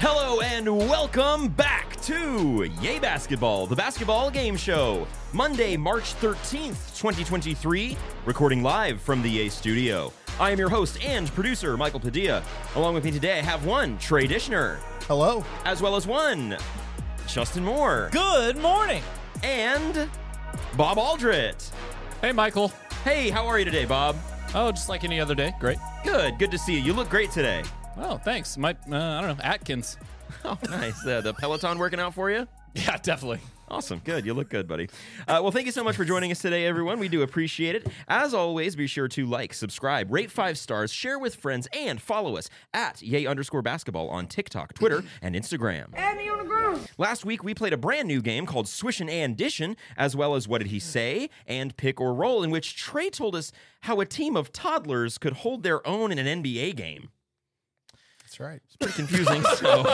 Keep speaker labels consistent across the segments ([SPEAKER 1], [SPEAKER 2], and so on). [SPEAKER 1] Hello and welcome back to Yay Basketball, the basketball game show. Monday, March 13th, 2023, recording live from the Yay studio. I am your host and producer, Michael Padilla. Along with me today, I have one, Trey Dishner,
[SPEAKER 2] Hello.
[SPEAKER 1] as well as one, Justin Moore,
[SPEAKER 3] Good morning.
[SPEAKER 1] and Bob Aldrit.
[SPEAKER 3] Hey, Michael.
[SPEAKER 1] Hey, how are you today, Bob?
[SPEAKER 3] Oh, just like any other day. Great.
[SPEAKER 1] Good, good to see you. You look great today.
[SPEAKER 3] Oh, thanks. My, uh, I don't know, Atkins.
[SPEAKER 1] Oh, nice. Uh, the Peloton working out for you?
[SPEAKER 3] Yeah, definitely.
[SPEAKER 1] Awesome. Good. You look good, buddy. Uh, well, thank you so much for joining us today, everyone. We do appreciate it. As always, be sure to like, subscribe, rate five stars, share with friends, and follow us at yay underscore basketball on TikTok, Twitter, and Instagram. Last week, we played a brand new game called Swish and Andition, as well as What Did He Say and Pick or Roll, in which Trey told us how a team of toddlers could hold their own in an NBA game.
[SPEAKER 2] That's right.
[SPEAKER 1] Pretty confusing, so.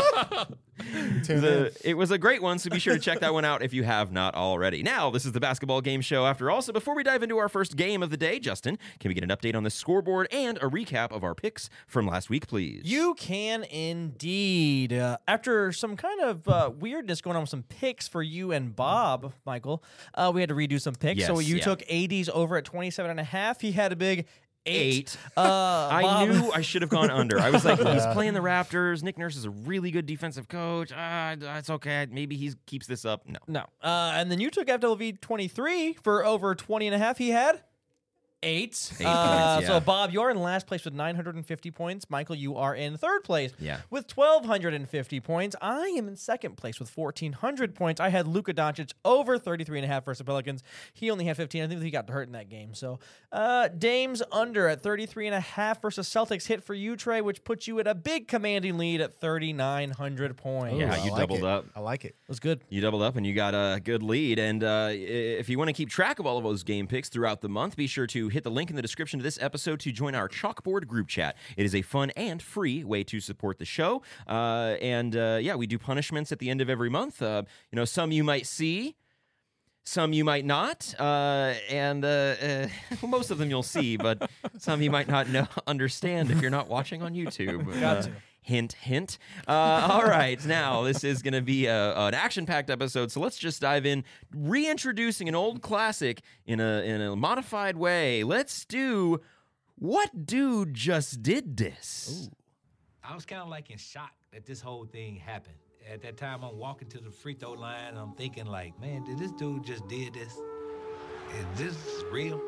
[SPEAKER 2] Tune
[SPEAKER 1] The- it was a great one, so be sure to check that one out if you have not already. Now, this is the basketball game show after all. So before we dive into our first game of the day, Justin, can we get an update on the scoreboard and a recap of our picks from last week, please?
[SPEAKER 4] You can indeed. Uh, after some kind of uh, weirdness going on with some picks for you and Bob, Michael, uh, we had to redo some picks. so
[SPEAKER 1] Yes,
[SPEAKER 4] you
[SPEAKER 1] yeah.
[SPEAKER 4] took AD's over at 27 and a half. He had a big eight.
[SPEAKER 1] Eight.
[SPEAKER 4] Uh,
[SPEAKER 1] I
[SPEAKER 4] Bob-
[SPEAKER 1] knew I should have gone under. I was like, he's playing the Raptors. Nick Nurse is a really good defensive coach. Ah, it's okay. Maybe he keeps this up. No.
[SPEAKER 4] No. Uh, and then you took FWV 23 for over 20 and a half. He had eight.
[SPEAKER 1] Eight
[SPEAKER 4] Uh,
[SPEAKER 1] points, yeah.
[SPEAKER 4] So, Bob, you're in last place with 950 points. Michael, you are in third place
[SPEAKER 1] Yeah.
[SPEAKER 4] with 1,250 points. I am in second place with 1,400 points. I had Luka Doncic over 33 and a half versus the Pelicans. He only had 15. I think he got hurt in that game. So, uh, Dame's under at 33 and a half versus Celtics hit for you, Trey, which puts you at a big commanding lead at 3,900 points.
[SPEAKER 1] Yeah,
[SPEAKER 2] I
[SPEAKER 1] you
[SPEAKER 2] like
[SPEAKER 1] doubled
[SPEAKER 2] it.
[SPEAKER 1] up.
[SPEAKER 2] I like it.
[SPEAKER 4] It was good.
[SPEAKER 1] You doubled up and you got a good lead. And uh, i- if you want to keep track of all of those game picks throughout the month, be sure to hit the link in the description to this episode to join our chalkboard group chat. It is a fun and free way to support the show. Uh, and uh, yeah, we do punishments at the end of every month. Uh, you know, some you might see. Some you might not, uh, and uh, uh, most of them you'll see, but some you might not know, understand if you're not watching on YouTube. Uh, Hint, hint. Uh, all right, now this is going to be a, an action-packed episode, so let's just dive in, reintroducing an old classic in a in a modified way. Let's do what dude just did this.
[SPEAKER 5] I was kind of like in shock that this whole thing happened. At that time, I'm walking to the free throw line. And I'm thinking like, man, did this dude just did this? Is this real?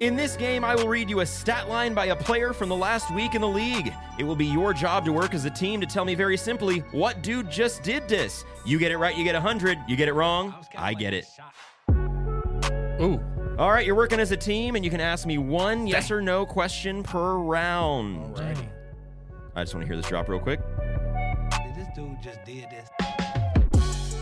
[SPEAKER 1] In this game, I will read you a stat line by a player from the last week in the league. It will be your job to work as a team to tell me very simply what dude just did this. You get it right, you get 100. You get it wrong,
[SPEAKER 5] was kinda
[SPEAKER 1] I
[SPEAKER 5] like
[SPEAKER 1] get
[SPEAKER 5] in
[SPEAKER 1] it.
[SPEAKER 5] shock.
[SPEAKER 3] Ooh.
[SPEAKER 1] All right, you're working as a team, and you can ask me one yes or no question per round.
[SPEAKER 2] Alrighty.
[SPEAKER 1] I just want to hear this drop real quick.
[SPEAKER 5] Did this dude just did this?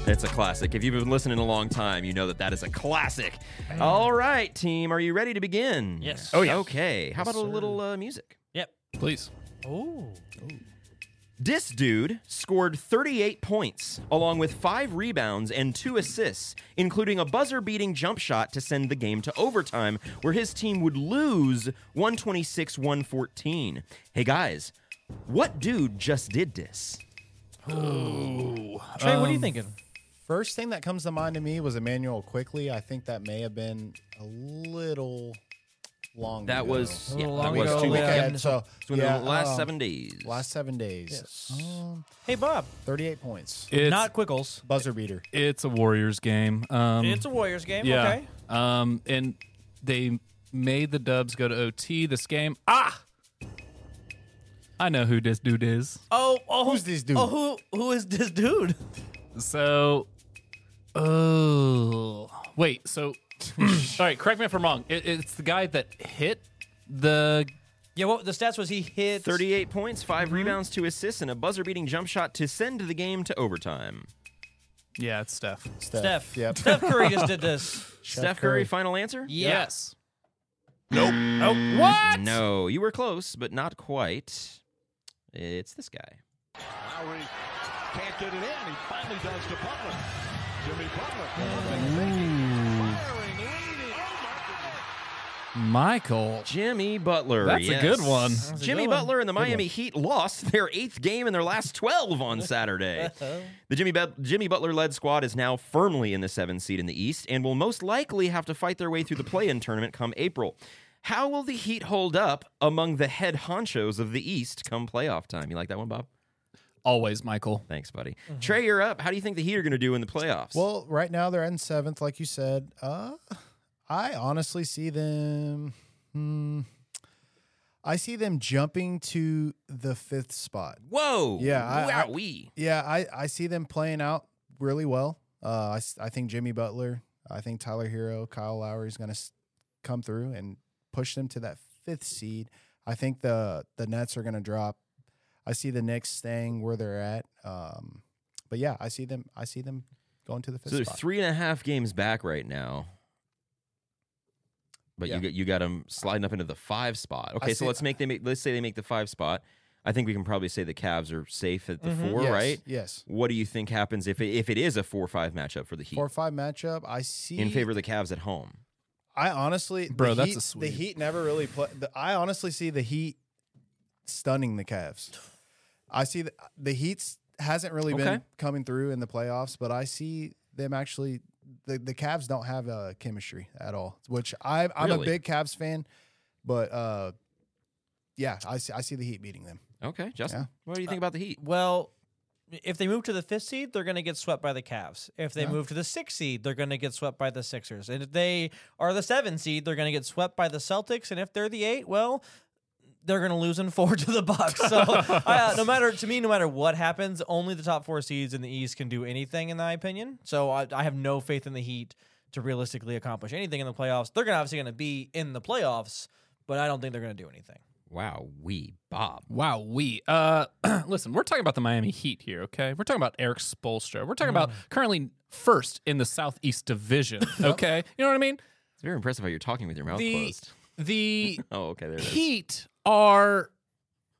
[SPEAKER 1] It's a classic. If you've been listening a long time, you know that that is a classic. All right, team, are you ready to begin?
[SPEAKER 4] Yes.
[SPEAKER 3] Oh, yeah.
[SPEAKER 1] Okay. How about a little uh, music?
[SPEAKER 4] Yep.
[SPEAKER 3] Please.
[SPEAKER 4] Oh.
[SPEAKER 1] This dude scored 38 points, along with five rebounds and two assists, including a buzzer beating jump shot to send the game to overtime, where his team would lose 126 114. Hey guys, what dude just did this?
[SPEAKER 4] Trey, what are you thinking?
[SPEAKER 2] First thing that comes to mind to me was Emmanuel quickly. I think that may have been a little long.
[SPEAKER 1] That
[SPEAKER 2] ago.
[SPEAKER 1] was,
[SPEAKER 4] A
[SPEAKER 1] yeah,
[SPEAKER 4] little
[SPEAKER 1] that
[SPEAKER 4] long
[SPEAKER 1] was
[SPEAKER 4] ago,
[SPEAKER 1] two
[SPEAKER 4] yeah.
[SPEAKER 1] weekends.
[SPEAKER 2] Okay, so
[SPEAKER 1] It's within
[SPEAKER 2] yeah,
[SPEAKER 1] the last
[SPEAKER 2] um,
[SPEAKER 1] seven days.
[SPEAKER 2] Last seven days. Um,
[SPEAKER 4] Hey, Bob.
[SPEAKER 2] Thirty-eight points.
[SPEAKER 3] It's,
[SPEAKER 4] not Quickles.
[SPEAKER 2] Buzzer beater.
[SPEAKER 3] It's a Warriors game. Um,
[SPEAKER 4] It's a Warriors game.
[SPEAKER 3] yeah.
[SPEAKER 4] Okay.
[SPEAKER 3] Um, and they made the Dubs go to OT this game. Ah! I know who this dude is.
[SPEAKER 4] Oh, oh,
[SPEAKER 2] Who's this dude?
[SPEAKER 4] Oh, who who is this dude?
[SPEAKER 3] So, oh wait. So, all right. Correct me if I'm wrong. It, it's the guy that hit the.
[SPEAKER 4] Yeah, what the stats was he hit
[SPEAKER 1] 38 points, 5 rebounds, two assists, and a buzzer beating jump shot to send the game to overtime.
[SPEAKER 3] Yeah, it's Steph.
[SPEAKER 2] Steph.
[SPEAKER 4] Steph.
[SPEAKER 2] Yep.
[SPEAKER 4] Steph Curry just did this.
[SPEAKER 1] Steph Curry,
[SPEAKER 2] Curry.
[SPEAKER 1] final answer?
[SPEAKER 4] Yeah.
[SPEAKER 3] Yes. Nope. Nope. What?
[SPEAKER 1] No, you were close, but not quite. It's this guy.
[SPEAKER 6] Lowry can't get it in. He finally does to Butler. Jimmy Butler. Firing, leading. Oh, my goodness.
[SPEAKER 3] Michael.
[SPEAKER 1] Jimmy Butler.
[SPEAKER 3] That's a
[SPEAKER 1] yes.
[SPEAKER 3] good one.
[SPEAKER 4] a
[SPEAKER 1] Jimmy
[SPEAKER 4] good one.
[SPEAKER 1] Butler and the Miami Heat lost their eighth game in their last 12 on Saturday. the Jimmy, But Jimmy Butler led squad is now firmly in the seventh seed in the East and will most likely have to fight their way through the play in tournament come April. How will the Heat hold up among the head honchos of the East come playoff time? You like that one, Bob?
[SPEAKER 3] Always, Michael.
[SPEAKER 1] Thanks, buddy.
[SPEAKER 4] Mm-hmm.
[SPEAKER 1] Trey, you're up. How do you think the Heat are going to do in the playoffs?
[SPEAKER 2] Well, right now they're in seventh, like you said. Uh, I honestly see them. Hmm, I see them jumping to the fifth spot.
[SPEAKER 1] whoa.
[SPEAKER 2] Yeah, I- I-
[SPEAKER 1] Wowee.
[SPEAKER 2] Yeah, I, I see them playing out really well. Uh, I, s- I think Jimmy Butler, I think Tyler Hero, Kyle Lowry is going to s- come through and push them to that fifth seed. I think the the Nets are going to drop. I see the Knicks staying where they're at. Um, but yeah, I see them. I see them going to the fifth
[SPEAKER 1] So they're
[SPEAKER 2] spot.
[SPEAKER 1] three and a half games back right now. But
[SPEAKER 2] Yeah.
[SPEAKER 1] you got you got them sliding up into the five spot. Okay, so
[SPEAKER 2] see-
[SPEAKER 1] let's make they make let's say they make the five spot. I think we can probably say the Cavs are safe at the four,
[SPEAKER 2] Yes,
[SPEAKER 1] right?
[SPEAKER 2] Yes.
[SPEAKER 1] What do you think happens if it, if it is a four five matchup for the Heat
[SPEAKER 2] Four five matchup. I see
[SPEAKER 1] in favor of the Cavs at home?
[SPEAKER 2] I honestly, the
[SPEAKER 3] Bro, that's
[SPEAKER 2] Heat-
[SPEAKER 3] a
[SPEAKER 2] The
[SPEAKER 3] sweep.
[SPEAKER 2] Heat never really play. The, I honestly see the Heat stunning the Cavs. I see the, the Heat hasn't really been
[SPEAKER 1] Okay.
[SPEAKER 2] coming through in the playoffs, but I see them actually. The the Cavs don't have uh, chemistry at all, which I I'm
[SPEAKER 1] Really?
[SPEAKER 2] a big Cavs fan, but uh, yeah, I see I see the Heat beating them.
[SPEAKER 1] Okay, Justin,
[SPEAKER 2] Yeah.
[SPEAKER 1] what do you think about the Heat?
[SPEAKER 4] Well, if they move to the fifth seed, they're going to get swept by the Cavs. If they move to the sixth seed, they're going to get swept by the Sixers. And if they are the seventh seed, they're going to get swept by the Celtics. And if they're the eight, well, they're going to lose in four to the Bucks. So, I, uh, no matter to me, no matter what happens, only the top four seeds in the East can do anything, in my opinion. So I, I have no faith in the Heat to realistically accomplish anything in the playoffs. They're going to obviously going to be in the playoffs, but I don't think they're going to do anything.
[SPEAKER 1] Wow, we Bob.
[SPEAKER 3] Wow, we. Uh, listen, we're talking about the Miami Heat here, okay? We're talking about Eric Spolstra. We're talking about currently first in the Southeast Division, okay? you know what I mean?
[SPEAKER 1] It's very impressive how you're talking with your mouth
[SPEAKER 3] The
[SPEAKER 1] closed.
[SPEAKER 3] the
[SPEAKER 1] Oh, okay, there it is.
[SPEAKER 3] Heat are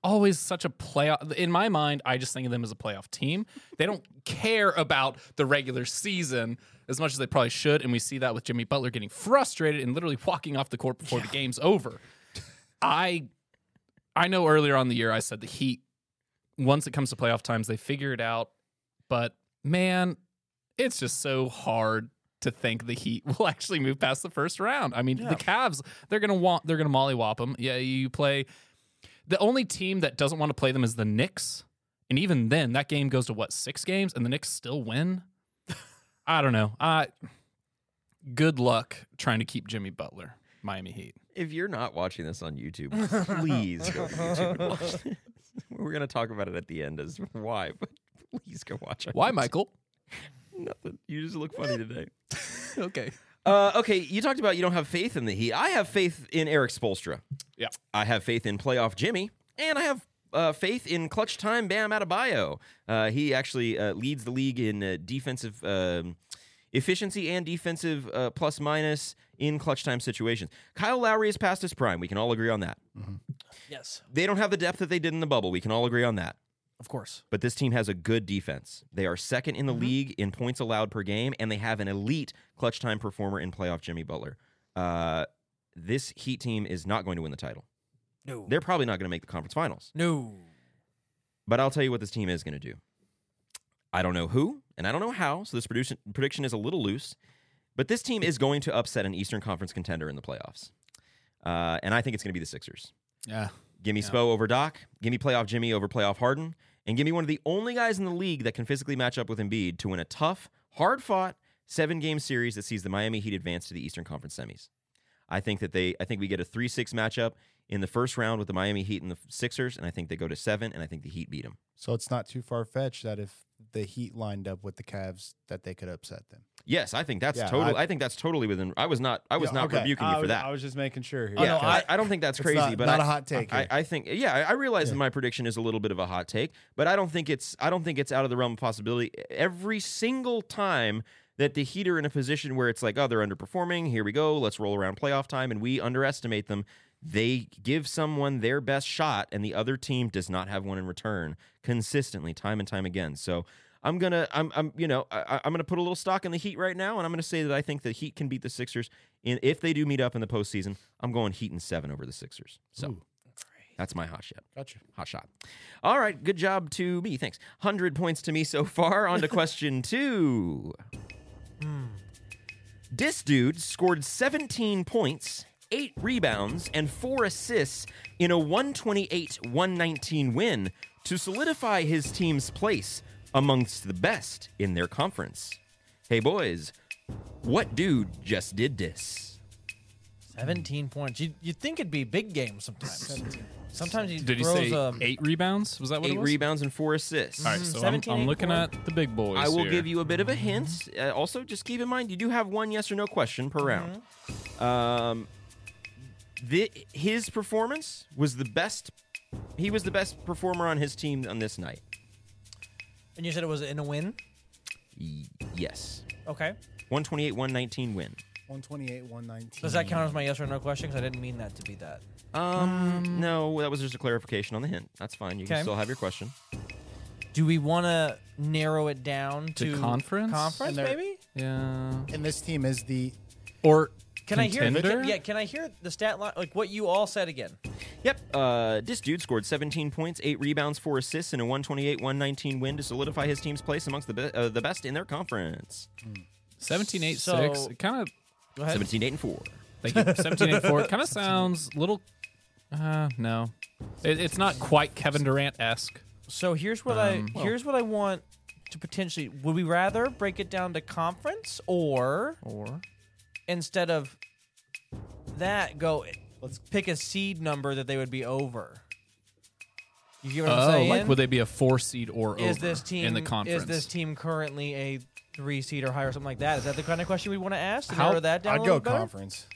[SPEAKER 3] always such a playoff. In my mind, I just think of them as a playoff team. They don't care about the regular season as much as they probably should, and we see that with Jimmy Butler getting frustrated and literally walking off the court before the game's over. I I know earlier on the year I said the Heat once it comes to playoff times they figure it out, but man, it's just so hard to think the Heat will actually move past the first round. I mean, the Cavs they're gonna want they're gonna mollywop them. Yeah, you play the only team that doesn't want to play them is the Knicks, and even then that game goes to what six games, and the Knicks still win. I don't know. I good luck trying to keep Jimmy Butler, Miami Heat.
[SPEAKER 1] if you're not watching this on YouTube, please go to YouTube and watch this. We're gonna talk about it at the end as why, but please go watch it.
[SPEAKER 3] Why, Michael?
[SPEAKER 1] Nothing. You just look funny today.
[SPEAKER 3] okay.
[SPEAKER 1] Uh, okay, you talked about you don't have faith in the Heat. I have faith in Eric Spolstra.
[SPEAKER 3] Yeah.
[SPEAKER 1] I have faith in playoff Jimmy, and I have uh, faith in clutch time Bam Adebayo. Uh, he actually uh, leads the league in uh, defensive um, efficiency and defensive uh, plus minus in clutch time situations. Kyle Lowry is past his prime. We can all agree on that.
[SPEAKER 4] Yes,
[SPEAKER 1] They don't have the depth that they did in the bubble. We can all agree on that.
[SPEAKER 4] of course.
[SPEAKER 1] But this team has a good defense. They are second in the league in points allowed per game, and they have an elite clutch time performer in playoff Jimmy Butler. Uh, this Heat team is not going to win the title.
[SPEAKER 4] No.
[SPEAKER 1] They're probably not going to make the conference finals.
[SPEAKER 4] No.
[SPEAKER 1] But I'll tell you what this team is going to do. I don't know who, and I don't know how, so this produce- prediction is a little loose. But this team is going to upset an Eastern Conference contender in the playoffs. Uh, and I think it's going to be the Sixers.
[SPEAKER 3] Yeah.
[SPEAKER 1] Give me Spo over Doc. Give me playoff Jimmy over playoff Harden. And give me one of the only guys in the league that can physically match up with Embiid to win a tough, hard fought seven game series that sees the Miami Heat advance to the Eastern Conference semis. I think that they I think we get a 3-6 matchup in the first round with the Miami Heat and the Sixers, and I think they go to seven, and I think the Heat beat them.
[SPEAKER 2] So it's not too far fetched that if the Heat lined up with the Cavs, that they could upset them.
[SPEAKER 1] Yes, I think that's
[SPEAKER 2] Yeah,
[SPEAKER 1] total
[SPEAKER 2] I-
[SPEAKER 1] I, think that's totally within I was not I was
[SPEAKER 2] Yeah,
[SPEAKER 1] not
[SPEAKER 2] okay.
[SPEAKER 1] rebuking you
[SPEAKER 2] I
[SPEAKER 1] for
[SPEAKER 2] was-
[SPEAKER 1] that.
[SPEAKER 2] I was just making sure. Here.
[SPEAKER 1] Yeah,
[SPEAKER 4] no,
[SPEAKER 1] Oh, I,
[SPEAKER 4] I-
[SPEAKER 1] I don't think that's
[SPEAKER 2] It's
[SPEAKER 1] crazy,
[SPEAKER 2] not-
[SPEAKER 1] but
[SPEAKER 2] not
[SPEAKER 1] I-
[SPEAKER 2] a hot take
[SPEAKER 1] I,
[SPEAKER 2] here.
[SPEAKER 1] I think, yeah, I- I realize that my prediction is a little bit of a hot take, but I don't think it's I don't think it's out of the realm of possibility. E, Every single time that the Heat are in a position where it's like, oh, they're underperforming. Here we go, let's roll around playoff time, and we underestimate them. They give someone their best shot, and the other team does not have one in return consistently, time and time again. So I'm gonna I'm I'm you know I, I- I'm gonna put a little stock in the Heat right now, and I'm gonna say that I think the Heat can beat the Sixers. And if they do meet up in the postseason, I'm going Heat and seven over the Sixers. So. That's my hot shot. Gotcha. Hot shot. All right. Good job to me. Thanks. 100 points to me so far. On to question two.
[SPEAKER 3] Hmm.
[SPEAKER 1] This dude scored 17 points, 8 rebounds, and 4 assists in a 128 119 win to solidify his team's place amongst the best in their conference. Hey, boys, what dude just did this?
[SPEAKER 4] 17 points. You'd, you'd think it'd be big games sometimes. Sometimes he
[SPEAKER 3] Did he
[SPEAKER 4] throws um,
[SPEAKER 3] say
[SPEAKER 4] a.
[SPEAKER 3] eight rebounds? Was that what it
[SPEAKER 1] 8
[SPEAKER 3] was?
[SPEAKER 1] rebounds and 4 assists.
[SPEAKER 3] All right, so I'm,
[SPEAKER 4] 17,
[SPEAKER 3] I'm
[SPEAKER 4] eight,
[SPEAKER 3] looking
[SPEAKER 4] four.
[SPEAKER 3] at the big boys.
[SPEAKER 1] I will
[SPEAKER 3] here.
[SPEAKER 1] give you a bit of a hint. Uh, also, just keep in mind you do have one yes or no question per round. Um, the, his performance was the best. He was the best performer on his team on this night.
[SPEAKER 4] And you said it was in a win?
[SPEAKER 1] Y- yes,
[SPEAKER 4] Okay.
[SPEAKER 1] 128, 119 win.
[SPEAKER 2] 128, 119.
[SPEAKER 4] Does that count as my yes or no question? Because I didn't mean that to be that.
[SPEAKER 1] Um, no, that was just a clarification on the hint. That's fine. You
[SPEAKER 4] Okay.
[SPEAKER 1] can still have your question.
[SPEAKER 4] Do we want to narrow it down to,
[SPEAKER 3] To conference?
[SPEAKER 4] Conference,
[SPEAKER 2] And they're-
[SPEAKER 4] maybe.
[SPEAKER 3] Yeah.
[SPEAKER 2] And this team is the
[SPEAKER 3] Or
[SPEAKER 4] Can I hear?
[SPEAKER 3] contender?
[SPEAKER 4] Can, yeah. Can I hear the stat line? Like what you all said again?
[SPEAKER 1] Yep. Uh, this dude scored 17 points, eight rebounds, four assists, and a 128, 119 win to solidify his team's place amongst the be- uh, the best in their conference.
[SPEAKER 3] 17 8
[SPEAKER 4] So-
[SPEAKER 3] 6. It kind of
[SPEAKER 4] Go ahead.
[SPEAKER 1] 17, 8, and four.
[SPEAKER 3] Thank you. 17 and 4. It kind of sounds a little. Uh, no. It, it's not quite Kevin Durant esque.
[SPEAKER 4] So here's what
[SPEAKER 3] Um,
[SPEAKER 4] I here's what I want to potentially. Would we rather break it down to conference or
[SPEAKER 3] Or.
[SPEAKER 4] instead of that go? Let's pick a seed number that they would be over. You get what I'm
[SPEAKER 3] Oh,
[SPEAKER 4] saying?
[SPEAKER 3] like would they be a four seed or
[SPEAKER 4] is
[SPEAKER 3] over
[SPEAKER 4] this team
[SPEAKER 3] in the conference?
[SPEAKER 4] Is this team currently a three seed or higher or something like that? Is that the kind of question we want to ask? To
[SPEAKER 3] How-
[SPEAKER 4] narrow that down. a
[SPEAKER 2] I'd
[SPEAKER 4] little
[SPEAKER 2] go
[SPEAKER 4] better?
[SPEAKER 2] conference.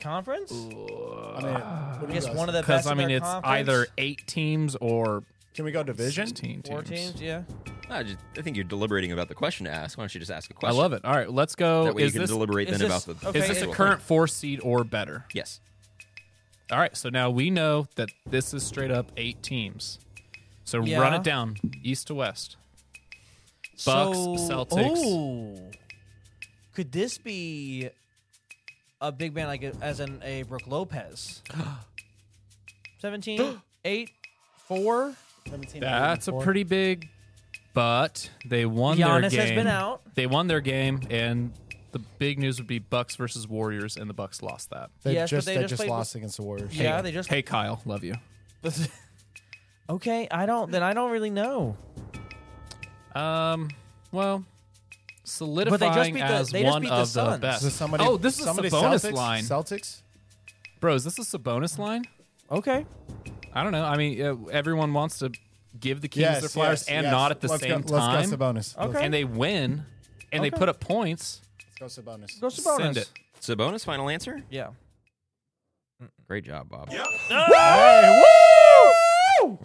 [SPEAKER 4] Conference.
[SPEAKER 2] I mean, what do
[SPEAKER 4] I
[SPEAKER 2] you
[SPEAKER 4] guess
[SPEAKER 2] guys
[SPEAKER 4] one of the
[SPEAKER 3] Because
[SPEAKER 4] best.
[SPEAKER 3] I
[SPEAKER 4] in
[SPEAKER 3] mean,
[SPEAKER 4] their
[SPEAKER 3] it's
[SPEAKER 4] conference.
[SPEAKER 3] either eight teams or
[SPEAKER 2] think? Can we go division?
[SPEAKER 3] sixteen
[SPEAKER 4] four
[SPEAKER 3] teams.
[SPEAKER 4] teams. Yeah.
[SPEAKER 1] I, just, I think you're deliberating about the question to ask. Why don't you just ask a
[SPEAKER 3] I
[SPEAKER 1] question?
[SPEAKER 3] love it. All right, let's go.
[SPEAKER 1] That way you
[SPEAKER 3] Is
[SPEAKER 1] can
[SPEAKER 3] this
[SPEAKER 1] deliberate
[SPEAKER 4] is
[SPEAKER 1] then
[SPEAKER 4] this-
[SPEAKER 1] about the.
[SPEAKER 4] okay,
[SPEAKER 3] is this a
[SPEAKER 4] it-
[SPEAKER 3] current four seed or better?
[SPEAKER 1] Yes.
[SPEAKER 3] All right, so now we know that this is straight up eight teams. So
[SPEAKER 4] Yeah.
[SPEAKER 3] run it down, east to west. Bucks,
[SPEAKER 4] So-
[SPEAKER 3] Celtics.
[SPEAKER 4] Oh. Could this be a big man like a, as in a Brooke Lopez? 17, 8, 4.
[SPEAKER 2] 17,
[SPEAKER 3] That's a
[SPEAKER 2] 84.
[SPEAKER 3] pretty big, but they won their
[SPEAKER 4] Giannis
[SPEAKER 3] game.
[SPEAKER 4] has been out.
[SPEAKER 3] They won their game, and the big news would be Bucks versus Warriors, and the Bucks lost that.
[SPEAKER 2] They
[SPEAKER 4] Yes, but
[SPEAKER 2] just
[SPEAKER 4] they
[SPEAKER 2] they
[SPEAKER 4] just
[SPEAKER 2] just
[SPEAKER 4] played
[SPEAKER 2] lost against the Warriors.
[SPEAKER 4] Yeah, they just.
[SPEAKER 3] Hey, Kyle, love you.
[SPEAKER 4] okay, I don't. Then I don't really know.
[SPEAKER 3] Um, well, solidifying
[SPEAKER 4] But they just beat the-
[SPEAKER 3] as
[SPEAKER 4] they just
[SPEAKER 3] one
[SPEAKER 4] beat the
[SPEAKER 3] of the
[SPEAKER 4] Suns.
[SPEAKER 3] best.
[SPEAKER 2] So somebody,
[SPEAKER 3] oh, this is a
[SPEAKER 2] somebody
[SPEAKER 3] bonus
[SPEAKER 2] Celtics,
[SPEAKER 3] line,
[SPEAKER 2] Celtics.
[SPEAKER 3] bro. Is this a bonus line?
[SPEAKER 4] Okay.
[SPEAKER 3] I don't know. I mean, uh, everyone wants to give the Kings
[SPEAKER 2] yes,
[SPEAKER 3] their flowers
[SPEAKER 2] yes,
[SPEAKER 3] and
[SPEAKER 2] yes.
[SPEAKER 3] not at the
[SPEAKER 2] let's
[SPEAKER 3] same
[SPEAKER 2] go,
[SPEAKER 3] time.
[SPEAKER 2] Let's go Sabonis.
[SPEAKER 4] Okay.
[SPEAKER 3] And they win, and they
[SPEAKER 4] Okay.
[SPEAKER 3] put up points.
[SPEAKER 2] Let's go Sabonis.
[SPEAKER 4] Go Sabonis.
[SPEAKER 3] Send it.
[SPEAKER 1] So bonus final answer.
[SPEAKER 4] Yeah.
[SPEAKER 1] Great job, Bob.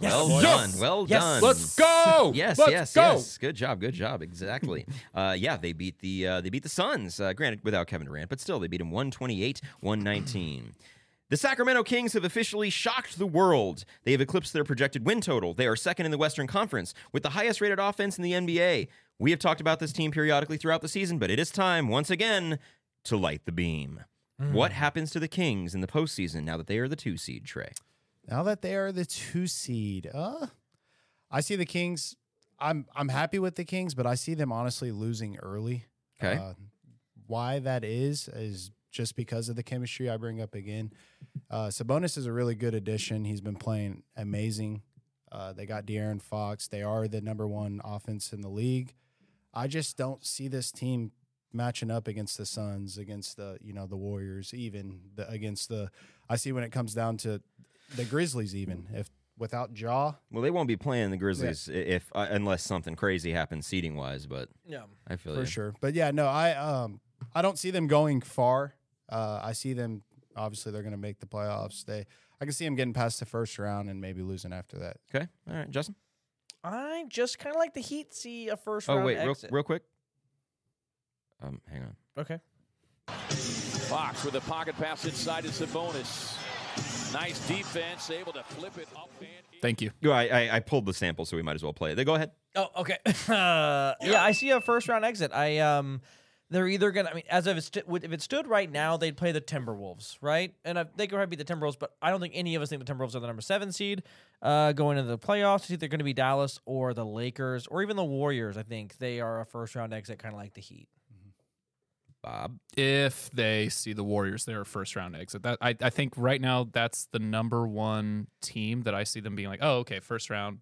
[SPEAKER 4] Yes.
[SPEAKER 1] Well
[SPEAKER 4] Yes.
[SPEAKER 1] done. Well
[SPEAKER 4] Yes.
[SPEAKER 1] done.
[SPEAKER 4] Let's
[SPEAKER 3] go.
[SPEAKER 1] Yes, yes, yes. Good job, good job. Exactly. uh, yeah, they beat the uh, they beat the Suns. Uh, granted, without Kevin Durant, but still, they beat him one twenty eight, one nineteen. The Sacramento Kings have officially shocked the world. They have eclipsed their projected win total. They are second in the Western Conference with the highest rated offense in the NBA. We have talked about this team periodically throughout the season, but it is time once again to light the beam. What happens to the Kings in the postseason now that they are the two seed, Trey?
[SPEAKER 2] Now that they are the two seed, uh, I see the Kings. I'm I'm happy with the Kings, but I see them honestly losing early.
[SPEAKER 1] Okay.
[SPEAKER 2] Uh, why that is is just because of the chemistry I bring up again. Uh, Sabonis is a really good addition. He's been playing amazing. Uh, they got De'Aaron Fox. They are the number one offense in the league. I just don't see this team matching up against the Suns, against the you know the Warriors, even the, against the. I see when it comes down to the Grizzlies, even if without Jaw,
[SPEAKER 1] Well, they won't be playing the Grizzlies i- if uh, unless something crazy happens seating wise. But
[SPEAKER 4] Yeah.
[SPEAKER 1] I feel
[SPEAKER 2] for
[SPEAKER 1] you.
[SPEAKER 2] sure. But yeah, no, I um I don't see them going far. Uh, I see them obviously they're going to make the playoffs. They I can see them getting past the first round and maybe losing after that.
[SPEAKER 1] Okay, all right, Justin.
[SPEAKER 4] I just kind of like the Heat see a first
[SPEAKER 1] Oh
[SPEAKER 4] round
[SPEAKER 1] wait, real,
[SPEAKER 4] exit.
[SPEAKER 1] real quick. Um, hang on.
[SPEAKER 4] Okay.
[SPEAKER 6] Fox with a pocket pass inside to Sabonis. Nice defense, able to flip it up and in.
[SPEAKER 3] Thank you.
[SPEAKER 1] Go- I, I, I pulled the sample, so we might as well play it. Go ahead.
[SPEAKER 4] Oh, okay. Uh, yeah, I see a first round exit. I um, they're either gonna. I mean, as if it st- would- if it stood right now, they'd play the Timberwolves, right? And I, they could probably beat the Timberwolves, but I don't think any of us think the Timberwolves are the number seven seed uh, going into the playoffs. It's either going to be Dallas or the Lakers or even the Warriors. I think they are a first round exit, kind of like the Heat.
[SPEAKER 1] Bob.
[SPEAKER 3] If they see the Warriors, their first round exit. That I, I think right now that's the number one team that I see them being like, oh, okay, first round.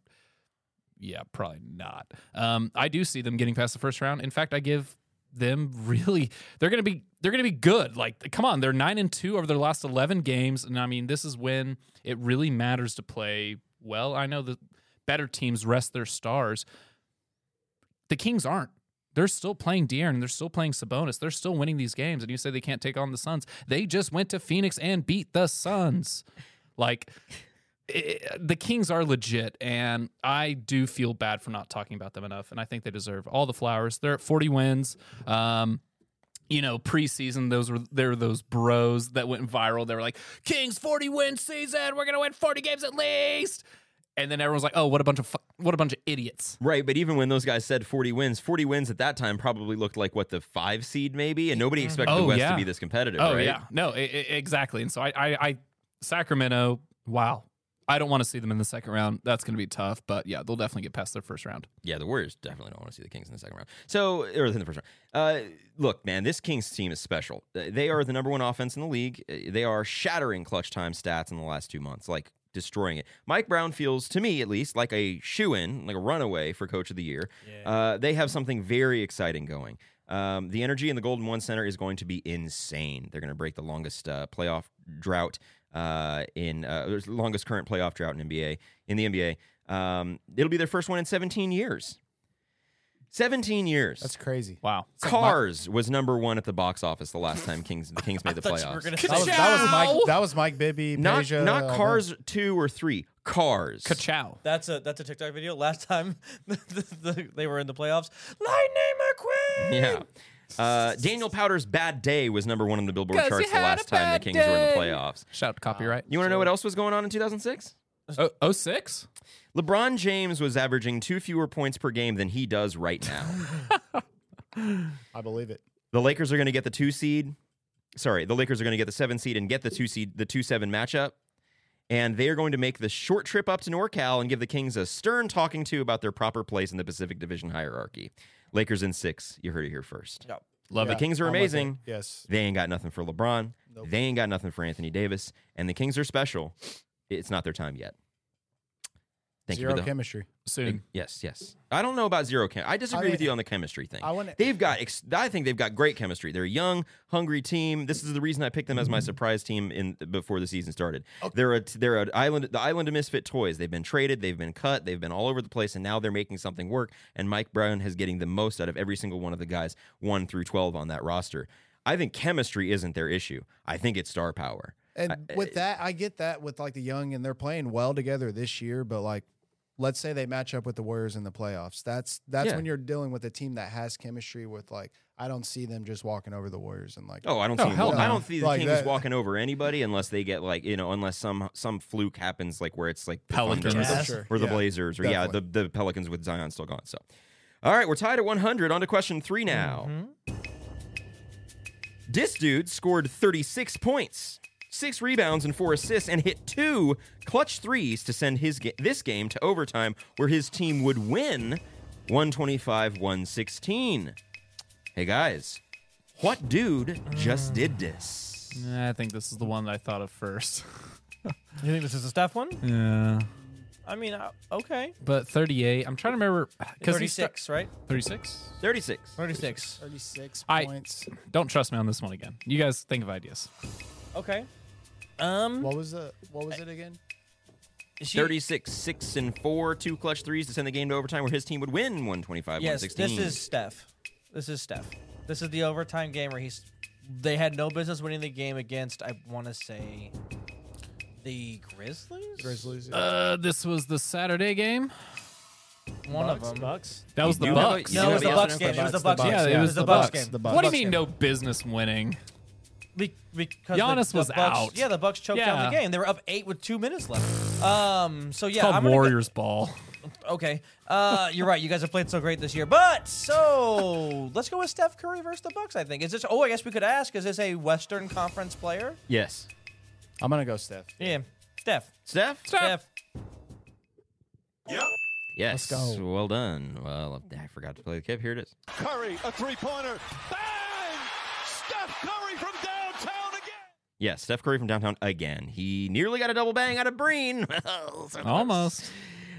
[SPEAKER 3] Yeah, probably not. Um, I do see them getting past the first round. In fact, I give them really they're gonna be they're gonna be good. Like, come on, they're nine and two over their last eleven games, and I mean, this is when it really matters to play well. I know the better teams rest their stars. The Kings aren't they're still playing De'Aaron. They're still playing Sabonis. They're still winning these games. And you say they can't take on the Suns. They just went to Phoenix and beat the Suns. Like, it, the Kings are legit. And I do feel bad for not talking about them enough. And I think they deserve all the flowers. They're at 40 wins. Um, you know, preseason, those were there were those bros that went viral. They were like, "Kings forty win season, we're gonna win forty games at least," and then everyone's like, "Oh, what a bunch of fu- what a bunch of idiots!"
[SPEAKER 1] Right, but even when those guys said 40 wins, 40 wins at that time probably looked like what the five seed maybe, and nobody expected the
[SPEAKER 3] Oh,
[SPEAKER 1] West to
[SPEAKER 3] yeah.
[SPEAKER 1] be this competitive.
[SPEAKER 3] Oh
[SPEAKER 1] right?
[SPEAKER 3] yeah, no, I, I, exactly. And so I, I, I, Sacramento. Wow, I don't want to see them in the second round. That's going to be tough. But yeah, they'll definitely get past their first round.
[SPEAKER 1] Yeah, the Warriors definitely don't want to see the Kings in the second round. So, or in the first round. Uh, look, man, this Kings team is special. Uh, They are the number one offense in the league. Uh, They are shattering clutch time stats in the last two months, like destroying it. Mike Brown feels, to me at least, like a shoe in, like a runaway for Coach of the Year. Uh, they have something very exciting going. Um, the energy in the Golden One Center is going to be insane. They're going to break the longest uh, playoff drought uh, in uh, there's the longest current playoff drought in NBA in the NBA. Um, it'll be their first one in 17 years. 17 years.
[SPEAKER 2] That's crazy.
[SPEAKER 3] Wow.
[SPEAKER 1] Cars was number one at the box office the last time Kings the Kings made the
[SPEAKER 4] thought you were
[SPEAKER 1] playoffs.
[SPEAKER 4] gonna
[SPEAKER 2] That was, that was Mike. That was Mike Bibby.
[SPEAKER 1] not
[SPEAKER 2] Peja, all
[SPEAKER 1] not
[SPEAKER 2] them.
[SPEAKER 1] Cars two or three. Cars.
[SPEAKER 3] Ka-chow.
[SPEAKER 4] That's a that's a TikTok video. Last time the, the, they were in the playoffs, Lightning McQueen.
[SPEAKER 1] Yeah. Uh, Daniel Powder's Bad Day was number one on the Billboard
[SPEAKER 3] 'Cause
[SPEAKER 1] charts
[SPEAKER 3] he
[SPEAKER 1] the
[SPEAKER 3] had
[SPEAKER 1] last
[SPEAKER 3] a
[SPEAKER 1] time the
[SPEAKER 3] bad
[SPEAKER 1] Kings were in the
[SPEAKER 3] day.
[SPEAKER 1] playoffs.
[SPEAKER 3] Shout copyright.
[SPEAKER 1] You want to know what else was going on in 2006?
[SPEAKER 3] Oh, oh six.
[SPEAKER 1] LeBron James was averaging two fewer points per game than he does right now.
[SPEAKER 2] I believe it.
[SPEAKER 1] the Lakers are going to get the two seed. Sorry, the Lakers are going to get the seven seed and get the two seed, the two seven matchup. And they are going to make the short trip up to NorCal and give the Kings a stern talking to about their proper place in the Pacific Division hierarchy. Lakers in six. You heard it here first.
[SPEAKER 4] Yep.
[SPEAKER 1] Love
[SPEAKER 2] Yeah,
[SPEAKER 1] the Kings are
[SPEAKER 2] I'm with it.
[SPEAKER 1] amazing.
[SPEAKER 2] Yes.
[SPEAKER 1] They ain't got nothing for LeBron. They ain't got nothing for Anthony Davis. And the Kings are special. It's not their time yet. Thank you
[SPEAKER 2] Zero
[SPEAKER 1] for the
[SPEAKER 2] chemistry.
[SPEAKER 3] Soon.
[SPEAKER 1] Yes, yes. I don't know about zero chem. I disagree
[SPEAKER 2] mean,
[SPEAKER 1] with you on the chemistry thing.
[SPEAKER 2] I wanna-
[SPEAKER 1] They've got. Ex- I think they've got great chemistry. They're a young, hungry team. This is the reason I picked them as my surprise team in before the season started. They're a they're an island. The island of misfit toys. They've been traded. They've been cut. They've been all over the place, and now they're making something work. And Mike Brown has getting the most out of every single one of the guys one through twelve on that roster. I think chemistry isn't their issue. I think it's star power.
[SPEAKER 2] And
[SPEAKER 1] eh,
[SPEAKER 2] with that, I get that with like the young and they're playing well together this year, but like let's say they match up with the Warriors in the playoffs. That's that's
[SPEAKER 1] Yeah.
[SPEAKER 2] when you're dealing with a team that has chemistry with like I don't see them just walking over the Warriors and like
[SPEAKER 1] Oh, I don't
[SPEAKER 3] Oh,
[SPEAKER 1] see.
[SPEAKER 3] hell
[SPEAKER 1] I
[SPEAKER 2] no.
[SPEAKER 1] don't see the
[SPEAKER 2] Like
[SPEAKER 1] Kings
[SPEAKER 2] that-
[SPEAKER 1] walking over anybody unless they get like you know unless some some fluke happens like where it's like the
[SPEAKER 3] Pelicans.
[SPEAKER 1] Thunder
[SPEAKER 2] Yeah, sure.
[SPEAKER 1] or the
[SPEAKER 2] Yeah,
[SPEAKER 1] Blazers or
[SPEAKER 2] definitely.
[SPEAKER 1] yeah the the Pelicans with Zion still gone. So, all right, we're tied at 100. On to question three now.
[SPEAKER 2] Mm-hmm.
[SPEAKER 1] This dude scored 36 points, six rebounds and four assists, and hit two clutch threes to send his ga- this game to overtime, where his team would win 125-116. Hey guys, what dude just did this?
[SPEAKER 3] Nah, I think this is the one that I thought of first.
[SPEAKER 4] You think this is a Steph one?
[SPEAKER 3] Yeah.
[SPEAKER 4] I mean, uh, okay.
[SPEAKER 3] But 38. I'm trying to remember. 'cause he sta-
[SPEAKER 4] 36, right?
[SPEAKER 3] 36?
[SPEAKER 1] 36.
[SPEAKER 4] 36.
[SPEAKER 2] 36
[SPEAKER 3] I-
[SPEAKER 2] points.
[SPEAKER 3] Don't trust me on this one again. You guys think of ideas.
[SPEAKER 4] Okay. Um,
[SPEAKER 2] What was the what was it again?
[SPEAKER 4] she-
[SPEAKER 1] 36, 6 and 4, two clutch threes to send the game to overtime where his team would win 125
[SPEAKER 4] Yes,
[SPEAKER 1] 116.
[SPEAKER 4] this is Steph. This is Steph. This is the overtime game where he's. They had no business winning the game against. I want to say, the Grizzlies.
[SPEAKER 2] Grizzlies. yeah.
[SPEAKER 3] Uh, this was the Saturday game.
[SPEAKER 4] One of them.
[SPEAKER 7] Bucks.
[SPEAKER 3] That was the
[SPEAKER 1] You have a-
[SPEAKER 3] Bucks.
[SPEAKER 1] you
[SPEAKER 4] No, it was the
[SPEAKER 1] have a-
[SPEAKER 4] Bucks game. It was the
[SPEAKER 2] Bucks, the
[SPEAKER 4] Bucks game.
[SPEAKER 2] Bucks,
[SPEAKER 3] Yeah,
[SPEAKER 2] yeah.
[SPEAKER 3] it was
[SPEAKER 2] The
[SPEAKER 3] the
[SPEAKER 2] Bucks,
[SPEAKER 3] Bucks.
[SPEAKER 2] the Bucks.
[SPEAKER 3] What do you mean
[SPEAKER 2] Bucks
[SPEAKER 3] no business winning?
[SPEAKER 4] Be- because
[SPEAKER 3] Giannis
[SPEAKER 4] the, the
[SPEAKER 3] was
[SPEAKER 4] Bucks,
[SPEAKER 3] out.
[SPEAKER 4] Yeah, the Bucks choked down the
[SPEAKER 3] Yeah.
[SPEAKER 4] game. They were up eight with two minutes left. Um, so yeah,
[SPEAKER 3] called
[SPEAKER 4] I'm gonna get-
[SPEAKER 3] Warriors Ball.
[SPEAKER 4] okay, uh, you're right. You guys have played so great this year, but so let's go with Steph Curry versus the Bucks. I think is this. Oh, I guess we could ask: Is this a Western Conference player?
[SPEAKER 1] Yes.
[SPEAKER 2] I'm gonna go Steph.
[SPEAKER 4] Yeah, Steph.
[SPEAKER 1] Steph?
[SPEAKER 4] Steph.
[SPEAKER 1] Yes.
[SPEAKER 2] Let's go.
[SPEAKER 1] Well done. Well, I forgot to play the clip. Here it is.
[SPEAKER 6] Curry, a three pointer. Bang! Steph Curry from downtown again.
[SPEAKER 1] Yes, Steph Curry from downtown again. He nearly got a double bang out of Breen. Well, so close.
[SPEAKER 3] Almost.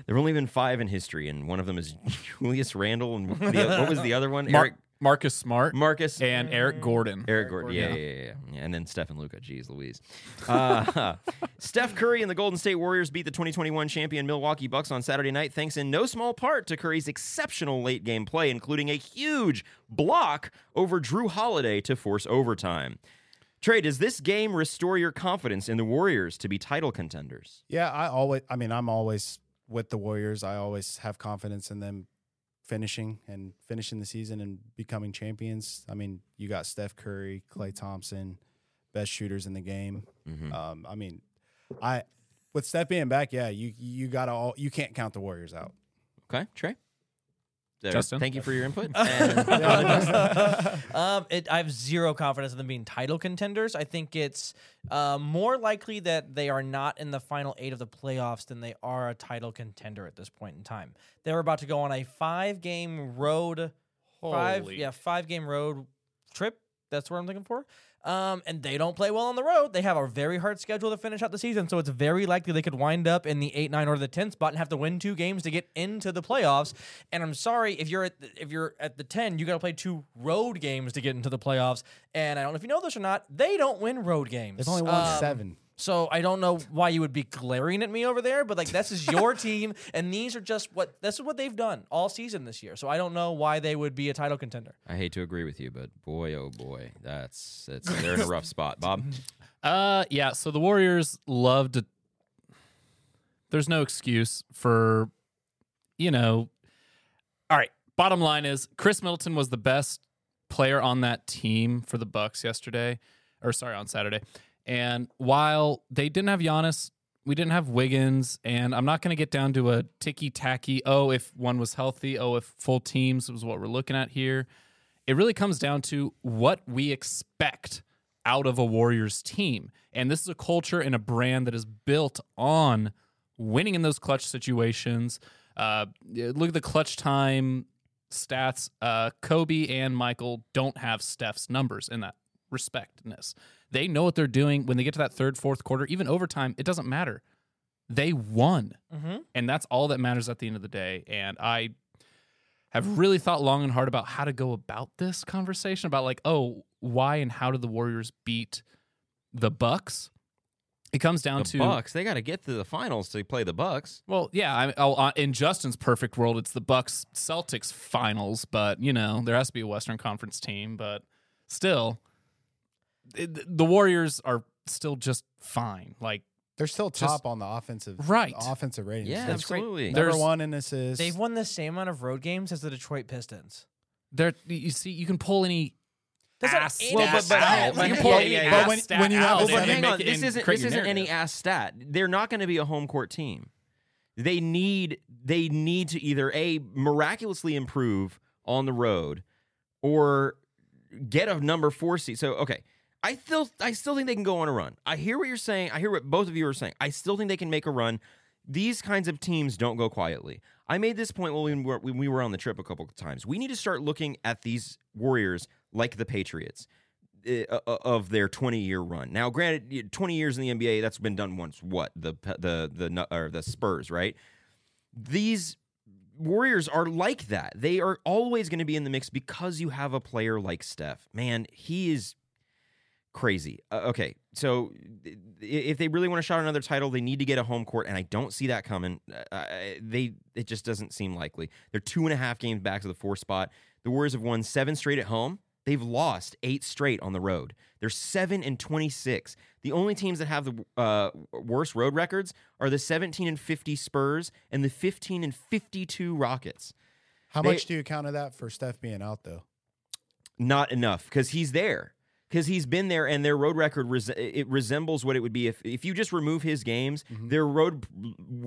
[SPEAKER 1] There have only been five in history, and one of them is Julius Randle. And the, what was the other one?
[SPEAKER 3] Mar-
[SPEAKER 1] Eric
[SPEAKER 3] Marcus Smart
[SPEAKER 1] Marcus.
[SPEAKER 3] and Eric Gordon.
[SPEAKER 1] Eric Gordon. Yeah, yeah, yeah, yeah. And then Steph and Luca. Jeez Louise. Uh, Steph Curry and the Golden State Warriors beat the 2021 champion Milwaukee Bucks on Saturday night, thanks in no small part to Curry's exceptional late game play, including a huge block over Drew Holiday to force overtime. Trey, does this game restore your confidence in the Warriors to be title contenders?
[SPEAKER 2] Yeah, I always. I mean, I'm always with the Warriors. I always have confidence in them finishing and finishing the season and becoming champions. I mean, you got Steph Curry, Clay Thompson, best shooters in the game.
[SPEAKER 4] Mm-hmm.
[SPEAKER 2] Um, I mean, I with Steph being back, yeah, you you gotta all you can't count the Warriors out.
[SPEAKER 1] Okay, Trey. There.
[SPEAKER 3] Justin?
[SPEAKER 1] thank you for your input. And-
[SPEAKER 4] um, it, I have zero confidence in them being title contenders. I think it's uh, more likely that they are not in the final eight of the playoffs than they are a title contender at this point in time. They're about to go on a five game road, five
[SPEAKER 3] Holy.
[SPEAKER 4] yeah five game road trip. That's what I'm looking for. Um, and they don't play well on the road. They have a very hard schedule to finish out the season, so it's very likely they could wind up in the eight, nine, or the ten spot and have to win two games to get into the playoffs. And I'm sorry if you're at the, if you're at the ten, you got to play two road games to get into the playoffs. And I don't know if you know this or not, they don't win road games.
[SPEAKER 2] They've only won
[SPEAKER 4] Um,
[SPEAKER 2] seven.
[SPEAKER 4] so I don't know why you would be glaring at me over there, but like this is your team, and these are just what this is what they've done all season this year. So I don't know why they would be a title contender.
[SPEAKER 1] I hate to agree with you, but boy, oh boy, that's, that's they're in a rough spot, Bob.
[SPEAKER 3] Uh, yeah. So the Warriors love to. There's no excuse for, you know. All right. Bottom line is Chris Middleton was the best player on that team for the Bucks yesterday, or sorry, on Saturday. And while they didn't have Giannis, we didn't have Wiggins, and I'm not going to get down to a ticky tacky. Oh, if one was healthy. Oh, if full teams was what we're looking at here it really comes down to what we expect out of a Warriors team. And this is a culture and a brand that is built on winning in those clutch situations. Uh, look at the clutch time stats. Uh, Kobe and Michael don't have Steph's numbers in that respectness. They know what they're doing. When they get to that third, fourth quarter, even overtime, it doesn't matter. They won.
[SPEAKER 1] Mm-hmm.
[SPEAKER 3] And that's all that matters at the end of the day. And I have really thought long and hard about how to go about this conversation about like oh why and how did the warriors beat the bucks it comes down
[SPEAKER 1] The
[SPEAKER 3] to
[SPEAKER 1] Bucks, they got to get to the finals to play the Bucks.
[SPEAKER 3] well yeah I, oh, uh, in justin's perfect world it's the bucks celtics finals but you know there has to be a western conference team but still it, the warriors are still just fine like
[SPEAKER 2] They're still top
[SPEAKER 3] Just-
[SPEAKER 2] on the offensive
[SPEAKER 3] Right.
[SPEAKER 2] offensive ratings.
[SPEAKER 1] Yeah,
[SPEAKER 2] That's
[SPEAKER 1] absolutely.
[SPEAKER 2] number
[SPEAKER 3] There's-
[SPEAKER 2] one in assists.
[SPEAKER 4] They've won the same amount of road games as the Detroit Pistons.
[SPEAKER 3] there you see you can pull any
[SPEAKER 4] That's not
[SPEAKER 3] ass
[SPEAKER 4] any-
[SPEAKER 3] stat
[SPEAKER 4] Well, but- but-
[SPEAKER 3] out.
[SPEAKER 4] but
[SPEAKER 3] you can
[SPEAKER 4] hang
[SPEAKER 3] pull
[SPEAKER 4] on,
[SPEAKER 3] any
[SPEAKER 4] yeah,
[SPEAKER 2] yeah.
[SPEAKER 3] ass
[SPEAKER 2] But when-
[SPEAKER 3] stat
[SPEAKER 2] when you have-
[SPEAKER 3] out
[SPEAKER 1] Well,
[SPEAKER 2] Well,
[SPEAKER 3] and
[SPEAKER 1] but
[SPEAKER 2] they
[SPEAKER 1] hang
[SPEAKER 3] make
[SPEAKER 1] on,
[SPEAKER 3] it
[SPEAKER 1] this
[SPEAKER 3] and
[SPEAKER 1] isn't
[SPEAKER 3] create
[SPEAKER 1] this
[SPEAKER 3] your
[SPEAKER 1] isn't any
[SPEAKER 3] narrative.
[SPEAKER 1] ass stat. They're not going to be a home court team. They need they need to either a miraculously improve on the road or get a number four seed. So okay, I still I still think they can go on a run. I hear what you're saying. I hear what both of you are saying. I still think they can make a run. These kinds of teams don't go quietly. I made this point when we were, when we were on the trip a couple of times. We need to start looking at these Warriors like the Patriots uh, uh, of their 20 year run. Now, granted, you- 20 years in the NBA, that's been done once. What the Pe- the the Nu- or the Spurs, right? These Warriors are like that. They are always going to be in the mix because you have a player like Steph. Man, he is crazy. Uh, okay, so i- i- if they really want to shout another title, they need to get a home court, and I don't see that coming. Uh, I- they it just doesn't seem likely. They're two and a half games back to the four spot. The Warriors have won seven straight at home. They've lost eight straight on the road. They're seven and twenty-six. The only teams that have the uh, worst road records are the seventeen and fifty Spurs and the fifteen and fifty-two Rockets.
[SPEAKER 2] How
[SPEAKER 1] they-
[SPEAKER 2] much do you counter that for Steph being out though?
[SPEAKER 1] Not enough because he's there. because he's been there and their road record res- it resembles what it would be if if you just remove his games, their road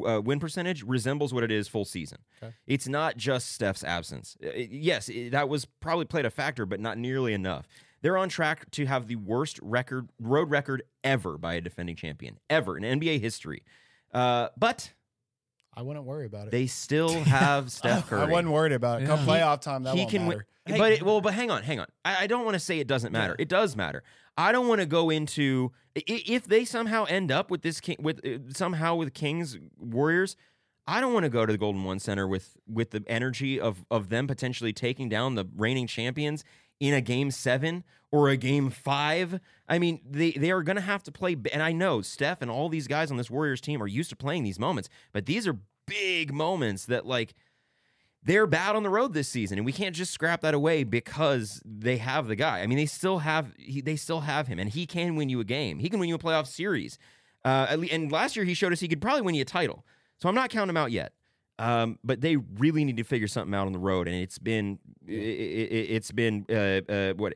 [SPEAKER 1] uh, win percentage resembles what it is full season. It's not just Steph's absence. Uh, it- yes, it, that was probably played a factor, but not nearly enough. They're on track to have the worst record road record ever by a defending champion ever in NBA history. Uh, but
[SPEAKER 2] I wouldn't worry about it.
[SPEAKER 1] they still have Steph Curry.
[SPEAKER 2] I wasn't worried about it.
[SPEAKER 3] Yeah.
[SPEAKER 2] Come
[SPEAKER 3] He-
[SPEAKER 2] playoff time, that won't matter.
[SPEAKER 1] win. But it, well, but hang on, hang on. I, I don't want to say it doesn't matter. It does matter. I don't want to go into i- i- if they somehow end up with this king with uh, somehow with Kings Warriors. I don't want to go to the Golden One Center with with the energy of of them potentially taking down the reigning champions in a game seven or a game five. I mean, they they are going to have to play. b- And I know Steph and all these guys on this Warriors team are used to playing these moments, but these are big moments that like they're bad on the road this season, and we can't just scrap that away because they have the guy. I mean, they still have he, they still have him, and he can win you a game. He can win you a playoff series. Uh, at le- and last year he showed us he could probably win you a title. So I'm not counting him out yet. Um, but they really need to figure something out on the road, and it's been i- i- i- it's been uh, uh, what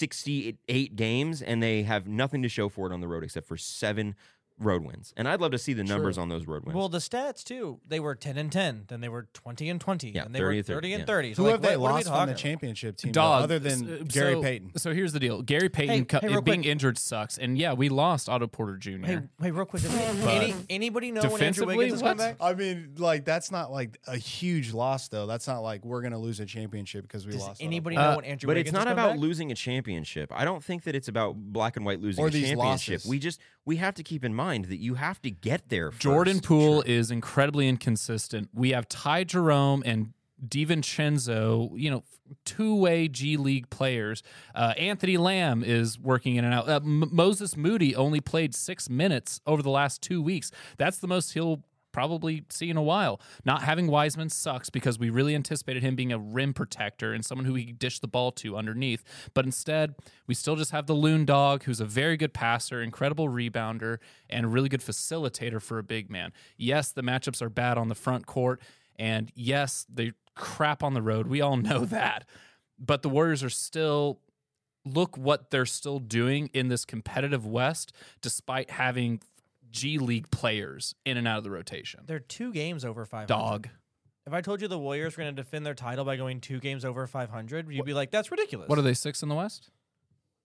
[SPEAKER 1] 68 games, and they have nothing to show for it on the road except for seven road wins. And I'd love to see the numbers on those road wins.
[SPEAKER 4] Well, the stats too. They were ten and ten. Then they were twenty and twenty.
[SPEAKER 1] Yeah,
[SPEAKER 4] and they
[SPEAKER 1] 30
[SPEAKER 4] were
[SPEAKER 1] and 30,
[SPEAKER 4] thirty and
[SPEAKER 1] yeah.
[SPEAKER 4] thirty. So
[SPEAKER 2] Who
[SPEAKER 4] like,
[SPEAKER 2] have they
[SPEAKER 4] what, what are we
[SPEAKER 2] lost from
[SPEAKER 4] talking
[SPEAKER 2] the
[SPEAKER 4] about?
[SPEAKER 2] championship team? though,
[SPEAKER 3] Dog,
[SPEAKER 2] other than
[SPEAKER 4] uh,
[SPEAKER 3] so-
[SPEAKER 2] Gary
[SPEAKER 3] so-
[SPEAKER 2] Payton,
[SPEAKER 3] So here's the deal: Gary Payton co-
[SPEAKER 4] hey, real
[SPEAKER 3] being
[SPEAKER 4] quick.
[SPEAKER 3] injured sucks, and yeah, we lost Otto Porter Jr.
[SPEAKER 4] Hey, hey, real quick. Does any, anybody know when Andrew
[SPEAKER 3] defensively,
[SPEAKER 4] Wiggins is coming
[SPEAKER 3] what?
[SPEAKER 4] back?
[SPEAKER 2] I mean, like that's not like a huge loss though. That's not like we're gonna lose a championship because we
[SPEAKER 4] Does
[SPEAKER 2] lost.
[SPEAKER 4] anybody
[SPEAKER 3] Uh,
[SPEAKER 4] know when Andrew
[SPEAKER 1] But
[SPEAKER 4] Wiggins
[SPEAKER 1] it's not
[SPEAKER 4] is coming
[SPEAKER 1] about
[SPEAKER 4] back?
[SPEAKER 1] losing a championship. I don't think that it's about black and white losing
[SPEAKER 2] Or
[SPEAKER 1] a
[SPEAKER 2] these
[SPEAKER 1] championship.
[SPEAKER 2] losses.
[SPEAKER 1] We just we have to keep in mind that you have to get there. First.
[SPEAKER 3] Jordan Poole is incredibly inconsistent. We have Ty Jerome and DiVincenzo, you know, two-way G League players. Uh, Anthony Lamb is working in and out. Uh, M- Moses Moody only played six minutes over the last two weeks. That's the most he'll probably see in a while. Not having Wiseman sucks because we really anticipated him being a rim protector and someone who he could dish the ball to underneath. But instead, we still just have the Loon Dog, who's a very good passer, incredible rebounder, and a really good facilitator for a big man. Yes, the matchups are bad on the front court, and yes, they crap on the road. We all know that. But the Warriors are still look what they're still doing in this competitive West, despite having G League players in and out of the rotation.
[SPEAKER 4] They're two games over five.
[SPEAKER 3] Dog.
[SPEAKER 4] If I told you the Warriors were going to defend their title by going two games over 500, you'd be like, "That's ridiculous."
[SPEAKER 3] What are they, six in the West?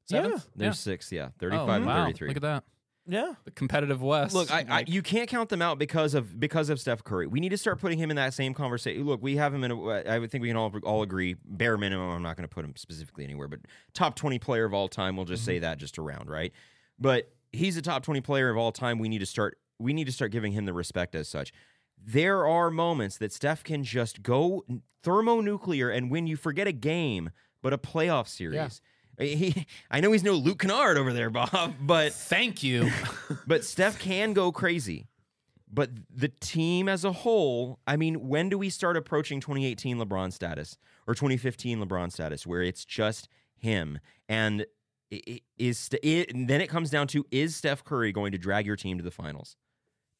[SPEAKER 3] Seventh?
[SPEAKER 1] They're six, yeah,
[SPEAKER 3] Oh,
[SPEAKER 1] thirty-five and
[SPEAKER 3] wow.
[SPEAKER 1] thirty-three.
[SPEAKER 3] Look at that.
[SPEAKER 4] Yeah.
[SPEAKER 3] The competitive West.
[SPEAKER 1] Look, I, I, you can't count them out because of because of Steph Curry. We need to start putting him in that same conversation. Look, we have him in. A, I would think we can all all agree bare minimum. I'm not going to put him specifically anywhere, but top twenty player of all time. We'll just say that just around, right? But he's a top twenty player of all time. We need to start. We need to start giving him the respect as such. There are moments that Steph can just go thermonuclear and win you forget a game, but a playoff series. He, I know he's no Luke Kennard over there, Bob, but
[SPEAKER 3] Thank you.
[SPEAKER 1] but Steph can go crazy. But the team as a whole, I mean, when do we start approaching 2018 LeBron status or 2015 LeBron status where it's just him? And i- i- is Ste- i- and then it comes down to is Steph Curry going to drag your team to the finals?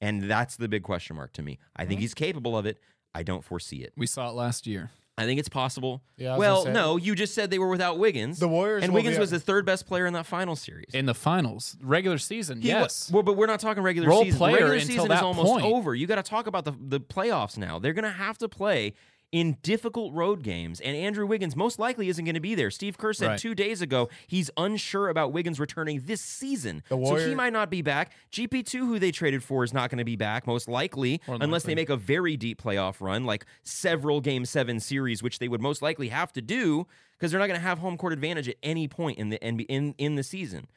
[SPEAKER 1] And that's the big question mark to me. I think he's capable of it. I don't foresee it.
[SPEAKER 3] we saw it last year.
[SPEAKER 1] I think it's possible.
[SPEAKER 2] Yeah, I was
[SPEAKER 1] well,
[SPEAKER 2] gonna say-
[SPEAKER 1] no, you just said they were without Wiggins.
[SPEAKER 2] The Warriors
[SPEAKER 1] and
[SPEAKER 2] will
[SPEAKER 1] Wiggins
[SPEAKER 2] be-
[SPEAKER 1] was the third best player in that final series.
[SPEAKER 3] In the finals, regular season,
[SPEAKER 1] He wa-
[SPEAKER 3] yes.
[SPEAKER 1] well, but we're not talking regular
[SPEAKER 3] Role
[SPEAKER 1] season.
[SPEAKER 3] player
[SPEAKER 1] regular
[SPEAKER 3] until
[SPEAKER 1] season is
[SPEAKER 3] that
[SPEAKER 1] almost
[SPEAKER 3] point.
[SPEAKER 1] over. You got to talk about the the playoffs now. They're going to have to play in difficult road games, and Andrew Wiggins most likely isn't going to be there. Steve Kerr said
[SPEAKER 3] Right.
[SPEAKER 1] two days ago he's unsure about Wiggins returning this season, so he
[SPEAKER 2] Warrior-
[SPEAKER 1] might not be back. GP two, who they traded for, is not going to be back most likely, unless they make a very deep playoff run, like several game seven series, which they would most likely have to do because they're not going to have home court advantage at any point in the NBA, in in the season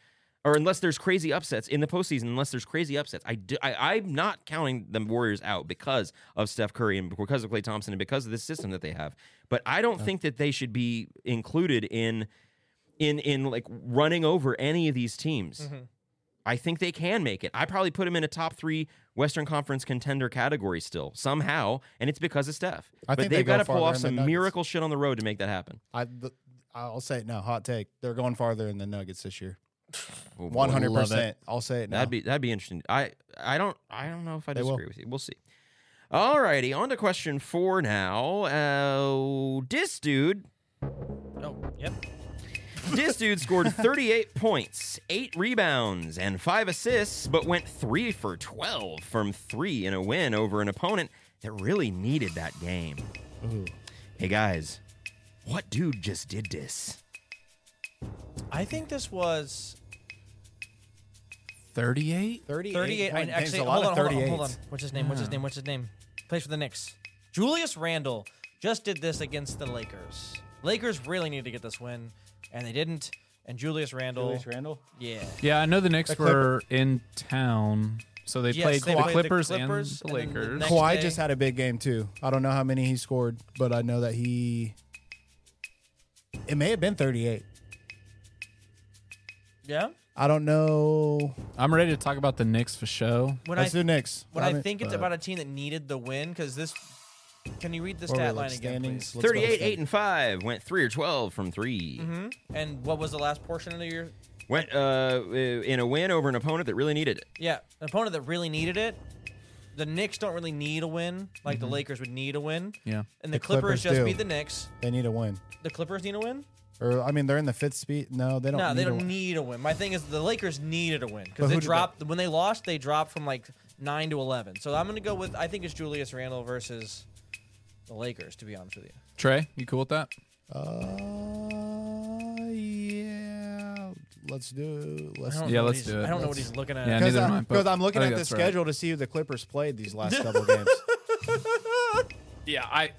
[SPEAKER 1] or unless there's crazy upsets in the postseason, unless there's crazy upsets, I do, I, I'm not counting the Warriors out because of Steph Curry and because of Clay Thompson and because of this system that they have. But I don't think that they should be included in in in like running over any of these teams.
[SPEAKER 2] Mm-hmm.
[SPEAKER 1] I think they can make it. I probably put them in a top three Western Conference contender category still somehow, and it's because of Steph.
[SPEAKER 2] I
[SPEAKER 1] but
[SPEAKER 2] think they
[SPEAKER 1] they've
[SPEAKER 2] go
[SPEAKER 1] got to
[SPEAKER 2] farther
[SPEAKER 1] pull off
[SPEAKER 2] than the
[SPEAKER 1] some
[SPEAKER 2] Nuggets.
[SPEAKER 1] miracle shit on the road to make that happen.
[SPEAKER 2] I, th- I'll say it now. Hot take. They're going farther in the Nuggets this year.
[SPEAKER 1] Oh, boy.
[SPEAKER 2] One hundred percent. I'll say it now.
[SPEAKER 1] That'd be that'd be interesting. I I don't I don't know if I
[SPEAKER 2] They will.
[SPEAKER 1] disagree with you. We'll see. All righty, on to question four now. Uh, this dude
[SPEAKER 4] Oh, yep.
[SPEAKER 1] This dude scored 38 points, eight rebounds, and five assists, but went three for 12 from three in a win over an opponent that really needed that game. Hey guys, what dude just did this?
[SPEAKER 4] I think this was
[SPEAKER 3] 38?
[SPEAKER 2] 38.
[SPEAKER 4] 38. I
[SPEAKER 2] point game's
[SPEAKER 4] actually,
[SPEAKER 2] a lot
[SPEAKER 4] hold on,
[SPEAKER 2] of Hmm.
[SPEAKER 4] hold on, hold on.
[SPEAKER 2] 38s.
[SPEAKER 4] What's his name? What's his name? What's his name? Plays for the Knicks. Julius Randle just did this against the Lakers. Lakers really need to get this win, and they didn't. And Julius Randle,
[SPEAKER 2] Julius Randle.
[SPEAKER 4] yeah,
[SPEAKER 3] Yeah, I know the Knicks were in town, so they
[SPEAKER 4] Yes,
[SPEAKER 3] played
[SPEAKER 4] they
[SPEAKER 3] the
[SPEAKER 4] played the
[SPEAKER 3] Clippers,
[SPEAKER 4] Clippers
[SPEAKER 3] and the
[SPEAKER 4] and then the
[SPEAKER 3] Lakers.
[SPEAKER 4] next-
[SPEAKER 2] Kawhi
[SPEAKER 4] day.
[SPEAKER 2] just had a big game too. I don't know how many he scored, but I know that he. It may have been 38.
[SPEAKER 4] yeah.
[SPEAKER 2] I don't know.
[SPEAKER 3] I'm ready to talk about the Knicks for show.
[SPEAKER 4] When
[SPEAKER 2] Let's
[SPEAKER 4] I
[SPEAKER 2] do Knicks.
[SPEAKER 4] when I think it's
[SPEAKER 2] uh,
[SPEAKER 4] about a team that needed the win, because this. Can you read the
[SPEAKER 2] where we
[SPEAKER 4] stat
[SPEAKER 2] look,
[SPEAKER 4] line again,
[SPEAKER 2] standings,
[SPEAKER 4] please?
[SPEAKER 2] let's go
[SPEAKER 1] 38, 8,
[SPEAKER 2] standings.
[SPEAKER 1] and 5, went 3 or 12 from 3.
[SPEAKER 4] And what was the last portion of your?
[SPEAKER 1] Went uh, in a win over an opponent that really needed it.
[SPEAKER 4] Yeah, an opponent that really needed it. The Knicks don't really need a win, like the Lakers would need a win.
[SPEAKER 3] Yeah.
[SPEAKER 4] And the,
[SPEAKER 2] Mm-hmm. The
[SPEAKER 4] Clippers,
[SPEAKER 2] Clippers
[SPEAKER 4] just
[SPEAKER 2] do.
[SPEAKER 4] beat the Knicks.
[SPEAKER 2] They need a win.
[SPEAKER 4] The Clippers need a win.
[SPEAKER 2] Or I mean, they're in the fifth speed. No, they don't.
[SPEAKER 4] No,
[SPEAKER 2] need
[SPEAKER 4] they
[SPEAKER 2] a
[SPEAKER 4] don't
[SPEAKER 2] win.
[SPEAKER 4] need a win. My thing is the Lakers needed a
[SPEAKER 2] But
[SPEAKER 4] win because
[SPEAKER 2] who
[SPEAKER 4] they
[SPEAKER 2] did they-
[SPEAKER 4] dropped when they lost. They dropped from like nine to eleven. So I'm gonna go with I think it's Julius Randle versus the Lakers. To be honest with you,
[SPEAKER 3] Trey, you cool with that?
[SPEAKER 2] Uh, yeah. Let's do. Let's.
[SPEAKER 4] I
[SPEAKER 2] do it.
[SPEAKER 4] don't
[SPEAKER 3] Yeah,
[SPEAKER 4] know what
[SPEAKER 3] let's
[SPEAKER 4] he's-
[SPEAKER 3] do it.
[SPEAKER 4] I don't know what
[SPEAKER 3] Let's-
[SPEAKER 4] he's looking at.
[SPEAKER 3] Yeah,
[SPEAKER 2] Because
[SPEAKER 3] neither am I,
[SPEAKER 2] I'm,
[SPEAKER 3] but
[SPEAKER 2] 'cause I'm looking
[SPEAKER 3] I
[SPEAKER 2] at
[SPEAKER 3] think
[SPEAKER 2] the
[SPEAKER 3] that's right.
[SPEAKER 2] schedule to see who the Clippers played these last couple games,
[SPEAKER 3] Yeah, I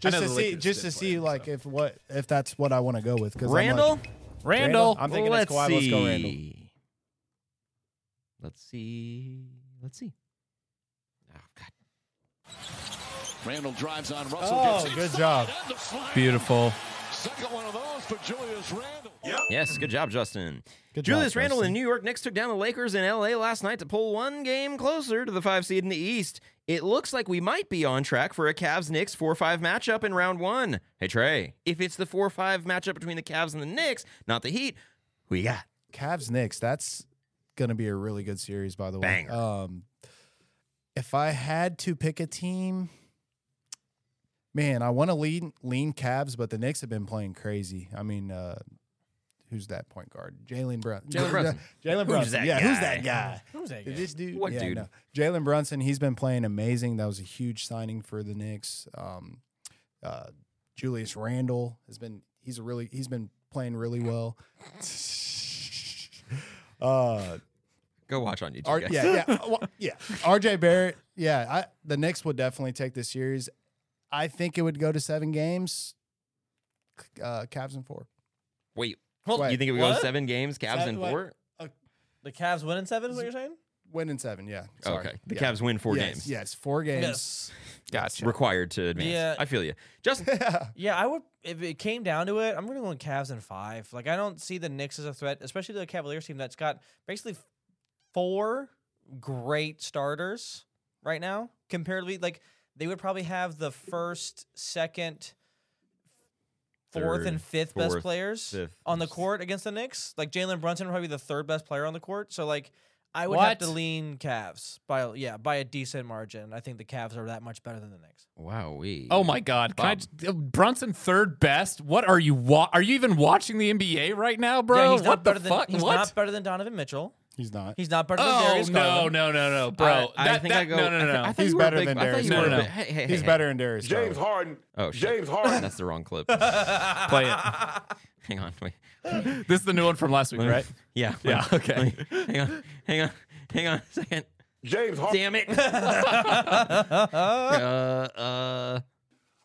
[SPEAKER 2] just to see, just to see, like if what if that's what I want to go with. Because
[SPEAKER 1] Randall?
[SPEAKER 3] Randall.
[SPEAKER 2] I'm thinking
[SPEAKER 1] let's
[SPEAKER 2] it's Kawhi.
[SPEAKER 1] See.
[SPEAKER 2] Let's go Randall.
[SPEAKER 1] Let's see. Let's see. Oh, God.
[SPEAKER 6] Randall drives on Russell.
[SPEAKER 2] Oh,
[SPEAKER 6] gets
[SPEAKER 2] good job.
[SPEAKER 6] on the slide.
[SPEAKER 3] Beautiful.
[SPEAKER 6] Second one of those for Julius Randall.
[SPEAKER 1] Yes, good job, Justin.
[SPEAKER 2] Good job,
[SPEAKER 1] Julius Randle
[SPEAKER 2] Justin.
[SPEAKER 1] and the New York Knicks took down the Lakers in LA last night to pull one game closer to the five seed in the East. It looks like we might be on track for a Cavs Knicks 4 5 matchup in round one. Hey, Trey, if it's the 4 5 matchup between the Cavs and the Knicks, not the Heat, who you got?
[SPEAKER 2] Cavs Knicks. That's gonna be a really good series, by the way.
[SPEAKER 1] Banger.
[SPEAKER 2] Um, if I had to pick a team, man, I want to lean lean Cavs, but the Knicks have been playing crazy. I mean, uh, who's that point guard? Jalen Brun.
[SPEAKER 1] Jalen Brunson.
[SPEAKER 2] Jalen Brunson.
[SPEAKER 1] that
[SPEAKER 2] yeah, who's that
[SPEAKER 1] guy?
[SPEAKER 2] guy?
[SPEAKER 4] Who's that
[SPEAKER 2] This dude.
[SPEAKER 1] What
[SPEAKER 2] yeah,
[SPEAKER 1] dude?
[SPEAKER 2] no. Jalen Brunson. He's been playing amazing. That was a huge signing for the Knicks. Um, uh, Julius Randle has been. He's a really. He's been playing really well. Uh,
[SPEAKER 1] Go watch on YouTube.
[SPEAKER 2] R-
[SPEAKER 1] guys.
[SPEAKER 2] yeah, yeah, well, yeah. RJ Barrett, yeah. I, the Knicks would definitely take this series. I think it would go to seven games. C- Uh, Cavs and four.
[SPEAKER 1] Wait,
[SPEAKER 2] Hold on.
[SPEAKER 1] you think it would go
[SPEAKER 4] What?
[SPEAKER 1] seven games, Cavs
[SPEAKER 2] Seven-
[SPEAKER 1] and
[SPEAKER 2] wait.
[SPEAKER 1] four?
[SPEAKER 4] The Cavs win in seven. Is what you're saying?
[SPEAKER 2] Win in seven. Yeah. Sorry.
[SPEAKER 1] Okay. The
[SPEAKER 2] yeah.
[SPEAKER 1] Cavs win four
[SPEAKER 2] yes,
[SPEAKER 1] games.
[SPEAKER 2] Yes, four games.
[SPEAKER 3] Gotcha.
[SPEAKER 1] Required to advance.
[SPEAKER 4] Yeah.
[SPEAKER 1] I feel you. Justin,
[SPEAKER 4] Yeah, I would. If it came down to it, I'm going to go in Cavs in five. Like I don't see the Knicks as a threat, especially to the Cavaliers team that's got basically f- four great starters right now. Comparatively, like they would probably have the first, second, fourth,
[SPEAKER 1] Third,
[SPEAKER 4] and fifth
[SPEAKER 1] fourth,
[SPEAKER 4] best players
[SPEAKER 1] fifth,
[SPEAKER 4] on the
[SPEAKER 1] and s-
[SPEAKER 4] court against the Knicks. Like Jalen Brunson would probably be the third best player on the court. So like. I would have
[SPEAKER 3] What?
[SPEAKER 4] to lean Cavs by yeah by a decent margin. I think the Cavs are that much better than the Knicks.
[SPEAKER 1] wow, we.
[SPEAKER 3] Oh my God! Can I j- uh, Brunson third best? What are you? Wa- are you even watching the NBA right now, bro?
[SPEAKER 4] yeah, he's
[SPEAKER 3] what
[SPEAKER 4] not better
[SPEAKER 3] the
[SPEAKER 4] than
[SPEAKER 3] fuck?
[SPEAKER 4] he's
[SPEAKER 3] what?
[SPEAKER 4] not better than Donovan Mitchell.
[SPEAKER 2] He's not.
[SPEAKER 4] He's not better than
[SPEAKER 3] oh
[SPEAKER 4] Darius
[SPEAKER 3] no,
[SPEAKER 4] Garland.
[SPEAKER 3] no, no, no, bro!
[SPEAKER 1] I, I
[SPEAKER 3] That-
[SPEAKER 1] think
[SPEAKER 3] that-
[SPEAKER 1] I go.
[SPEAKER 3] no, no, no,
[SPEAKER 1] I
[SPEAKER 3] no.
[SPEAKER 1] thought
[SPEAKER 2] He's
[SPEAKER 1] you were a
[SPEAKER 2] better
[SPEAKER 1] big-
[SPEAKER 2] than
[SPEAKER 1] I thought
[SPEAKER 2] Darius.
[SPEAKER 1] you were a
[SPEAKER 3] No, no.
[SPEAKER 1] big- Hey, hey,
[SPEAKER 2] He's
[SPEAKER 1] hey,
[SPEAKER 2] better than Darius.
[SPEAKER 7] James
[SPEAKER 2] Garland.
[SPEAKER 7] Harden.
[SPEAKER 1] Oh, shit.
[SPEAKER 7] James Harden.
[SPEAKER 1] That's the wrong clip.
[SPEAKER 3] Play it.
[SPEAKER 1] Hang on, wait.
[SPEAKER 3] This is the new one from last week,
[SPEAKER 1] Let me-
[SPEAKER 3] right?
[SPEAKER 1] Yeah.
[SPEAKER 3] Yeah,
[SPEAKER 1] let me-
[SPEAKER 3] okay.
[SPEAKER 1] let me- Hang on. Hang on. Hang on a second.
[SPEAKER 7] James Harden.
[SPEAKER 1] Damn it. uh, uh,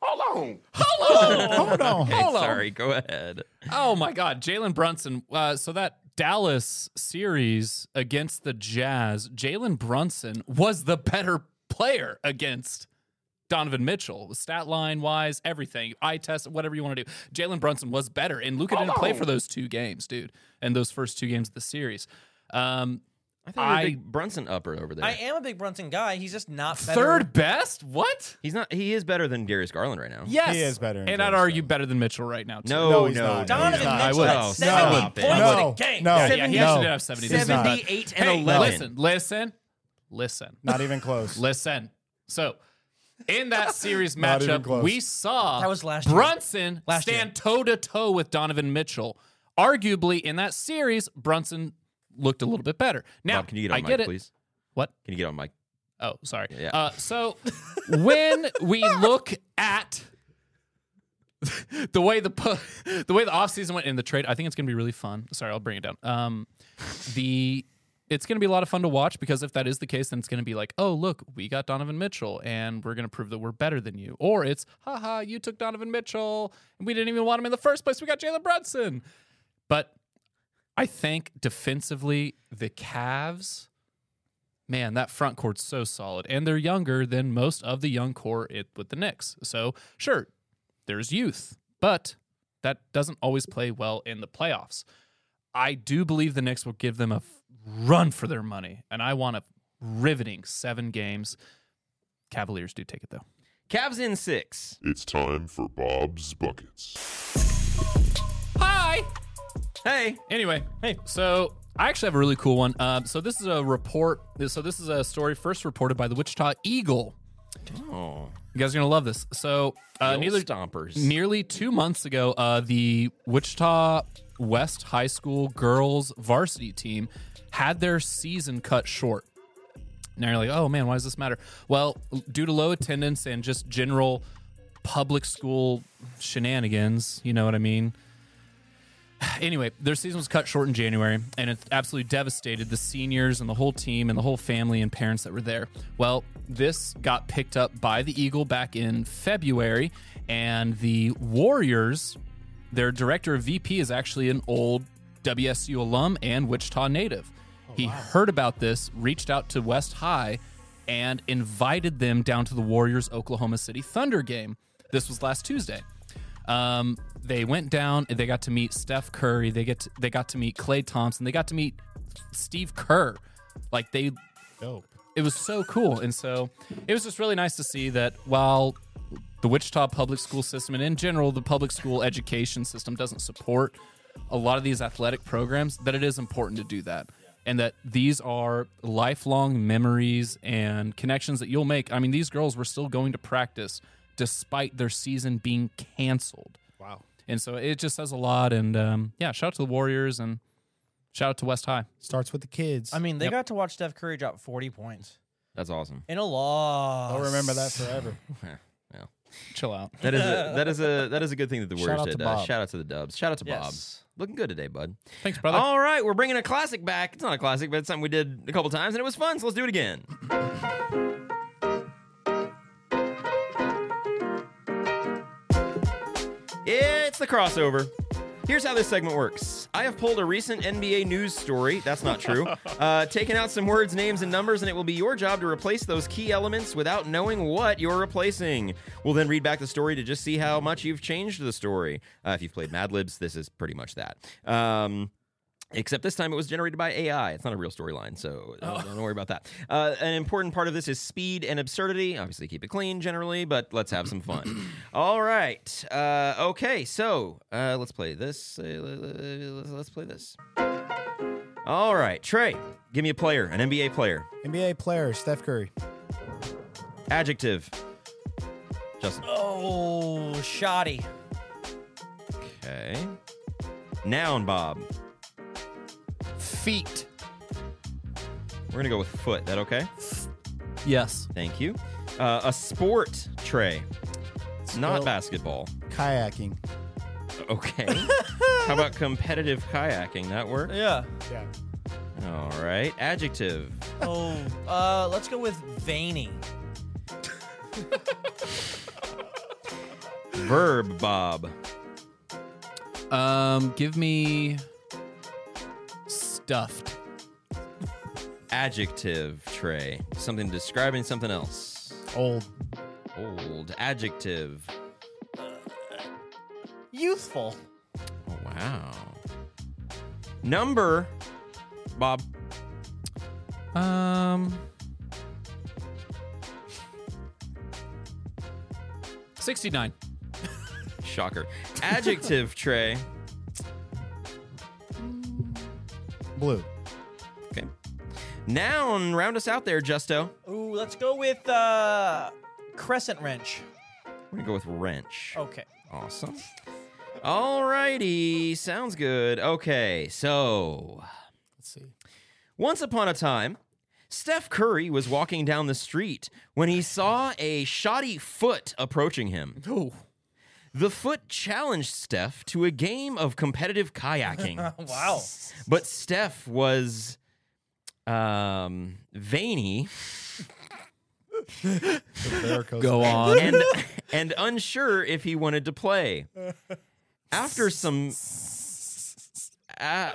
[SPEAKER 7] Hold on.
[SPEAKER 2] Hold on.
[SPEAKER 1] okay,
[SPEAKER 3] Hold on.
[SPEAKER 1] sorry. Go ahead.
[SPEAKER 3] Oh my God, Jalen Brunson. Uh, so that Dallas series against the Jazz, Jalen Brunson was the better player against Donovan Mitchell, stat line wise, everything, eye test, whatever you want to do. Jalen Brunson was better, and Luka didn't play
[SPEAKER 2] Oh!
[SPEAKER 3] for those two games, dude, and those first two games of the series. Um,
[SPEAKER 1] I thought you were a
[SPEAKER 3] I-
[SPEAKER 1] big Brunson upper over there.
[SPEAKER 4] I am a big Brunson guy. He's just not better.
[SPEAKER 3] third best? What?
[SPEAKER 1] He's not. He is better than Darius Garland right now.
[SPEAKER 3] Yes,
[SPEAKER 2] is better than
[SPEAKER 3] and I'd
[SPEAKER 2] James
[SPEAKER 3] argue better than Mitchell right now. Too.
[SPEAKER 1] No,
[SPEAKER 2] No,
[SPEAKER 1] no,
[SPEAKER 2] he's
[SPEAKER 1] no,
[SPEAKER 2] not.
[SPEAKER 4] Donomitchell
[SPEAKER 1] no,
[SPEAKER 3] I would.
[SPEAKER 4] had
[SPEAKER 1] No,
[SPEAKER 4] 70
[SPEAKER 1] stop it.
[SPEAKER 4] points
[SPEAKER 2] No,
[SPEAKER 4] in a game.
[SPEAKER 2] no,
[SPEAKER 3] Yeah, yeah, he actually
[SPEAKER 2] no.
[SPEAKER 3] did have 70.
[SPEAKER 2] He's not.
[SPEAKER 1] Seventy-eight and
[SPEAKER 3] Hey,
[SPEAKER 1] eleven.
[SPEAKER 3] listen, listen, listen.
[SPEAKER 2] Not even close.
[SPEAKER 3] Listen. So, in that series
[SPEAKER 2] Not even
[SPEAKER 3] matchup,
[SPEAKER 2] close.
[SPEAKER 3] we saw
[SPEAKER 4] That was last year.
[SPEAKER 3] Brunson
[SPEAKER 4] Last
[SPEAKER 3] stand toe to toe with Donovan Mitchell Arguably, in that series, Brunson looked a little bit better. Now,
[SPEAKER 1] Bob, can you get
[SPEAKER 3] I
[SPEAKER 1] on mic,
[SPEAKER 3] get it.
[SPEAKER 1] please?
[SPEAKER 3] What?
[SPEAKER 1] Can you get on mic?
[SPEAKER 3] Oh, sorry.
[SPEAKER 1] Yeah.
[SPEAKER 3] Uh, so when we look at the way the po- the way the offseason went in the trade, I think it's going to be really fun. Sorry, I'll bring it down. Um, the it's going to be a lot of fun to watch because if that is the case, then it's going to be like, oh look, we got Donovan Mitchell, and we're going to prove that we're better than you. Or it's, haha, you took Donovan Mitchell, and we didn't even want him in the first place. We got Jalen Brunson. But I think defensively, the Cavs man, that front court's so solid. And they're younger than most of the young core it, with the Knicks. So, sure, there's youth, but that doesn't always play well in the playoffs. I do believe the Knicks will give them a f- run for their money, and I want a riveting seven games. Cavaliers do take it, though.
[SPEAKER 1] Cavs in six.
[SPEAKER 8] It's time for Bob's Buckets.
[SPEAKER 3] Hi!
[SPEAKER 1] Hey,
[SPEAKER 3] Anyway,
[SPEAKER 4] Hey.
[SPEAKER 3] So I actually have a really cool one. Um, so this is a report. So this is a story first reported by the Wichita Eagle. You guys are gonna love this. So uh,
[SPEAKER 1] Bill
[SPEAKER 3] neither
[SPEAKER 1] stompers.
[SPEAKER 3] Nearly two months ago, uh, the Wichita West High School girls varsity team had their season cut short. Now you're like, oh man, why does this matter? Well, due to low attendance and just general public school shenanigans, you know what I mean? Anyway, their season was cut short in January, and it absolutely devastated the seniors and the whole team and the whole family and parents that were there. Well, this got picked up by the Eagle back in February, and the Warriors, their director of VP, is actually an old WSU alum and Wichita native. he heard about this, reached out to West High, and invited them down to the Warriors Oklahoma City Thunder game. This was last Tuesday. Um, they went down and they got to meet Steph Curry. They get to, they got to meet Clay Thompson. They got to meet Steve Kerr. Like they,
[SPEAKER 2] Dope.
[SPEAKER 3] it was so cool. And so it was just really nice to see that while the Wichita public school system and in general the public school education system doesn't support a lot of these athletic programs, that it is important to do that. And that these are lifelong memories and connections that you'll make. I mean, these girls were still going to practice despite their season being canceled.
[SPEAKER 2] Wow.
[SPEAKER 3] And so it just says a lot. And um, yeah, shout out to the Warriors and shout out to West High.
[SPEAKER 2] Starts with the kids.
[SPEAKER 4] I mean, they got to watch Steph Curry drop 40 points
[SPEAKER 1] that's awesome.
[SPEAKER 4] in a loss.
[SPEAKER 2] I'll remember that forever.
[SPEAKER 3] Chill out.
[SPEAKER 1] That is a, that is a that is a good thing that the Warriors
[SPEAKER 2] out to
[SPEAKER 1] did. Uh,
[SPEAKER 2] Bob.
[SPEAKER 1] shout out to the Dubs. Shout out to
[SPEAKER 4] Yes.
[SPEAKER 1] Bob. Looking good today, bud.
[SPEAKER 3] Thanks, brother.
[SPEAKER 1] All right, we're bringing a classic back. It's not a classic, but it's something we did a couple times, and it was fun. So let's do it again. It's the crossover. Here's how this segment works. I have pulled a recent NBA news story. That's not true. Uh, taken out some words, names, and numbers, and it will be your job to replace those key elements without knowing what you're replacing. We'll then read back the story to just see how much you've changed the story. Uh, if you've played Mad Libs, this is pretty much that. Um, Except this time it was generated by AI. It's not a real storyline, so don't, don't worry about that. Uh, an important part of this is speed and absurdity. Obviously, keep it clean generally, but let's have some fun. All right. Uh, okay, so uh, let's play this. Uh, let's- let's play this. All right, Trey, give me a player, an NBA player.
[SPEAKER 2] NBA player Steph Curry.
[SPEAKER 1] Adjective. Justin.
[SPEAKER 4] Oh, shoddy.
[SPEAKER 1] Okay. Noun, Bob.
[SPEAKER 3] Feet.
[SPEAKER 1] We're going to go with foot. That okay?
[SPEAKER 3] Yes.
[SPEAKER 1] Thank you. Uh, a sport, Trey. It's not
[SPEAKER 2] Spell-
[SPEAKER 1] basketball.
[SPEAKER 2] Kayaking.
[SPEAKER 1] Okay. How about competitive kayaking? That work?
[SPEAKER 4] Yeah.
[SPEAKER 2] Yeah.
[SPEAKER 1] All right. Adjective.
[SPEAKER 4] Oh, uh, let's go with veiny.
[SPEAKER 1] Verb, Bob.
[SPEAKER 3] Um, give me stuffed.
[SPEAKER 1] Adjective, Trey. Something describing something else.
[SPEAKER 2] Old.
[SPEAKER 1] Old. Adjective.
[SPEAKER 4] Youthful.
[SPEAKER 1] Oh, wow. Number, Bob.
[SPEAKER 3] Um, sixty-nine.
[SPEAKER 1] Shocker. Adjective, Trey.
[SPEAKER 2] Blue.
[SPEAKER 1] Okay. Noun. Round us out there, Justo.
[SPEAKER 4] Ooh, let's go with uh, crescent wrench. Oh,
[SPEAKER 1] We're going to go with wrench.
[SPEAKER 4] Okay.
[SPEAKER 1] Awesome. Alrighty, sounds good. Okay, so
[SPEAKER 2] Let's see.
[SPEAKER 1] once upon a time, Steph Curry was walking down the street when he saw a shoddy foot approaching him.
[SPEAKER 3] Oh,
[SPEAKER 1] The foot challenged Steph to a game of competitive kayaking.
[SPEAKER 4] Wow.
[SPEAKER 1] But Steph was um veiny
[SPEAKER 3] go Oh, on.
[SPEAKER 1] and and unsure if he wanted to play. After some uh,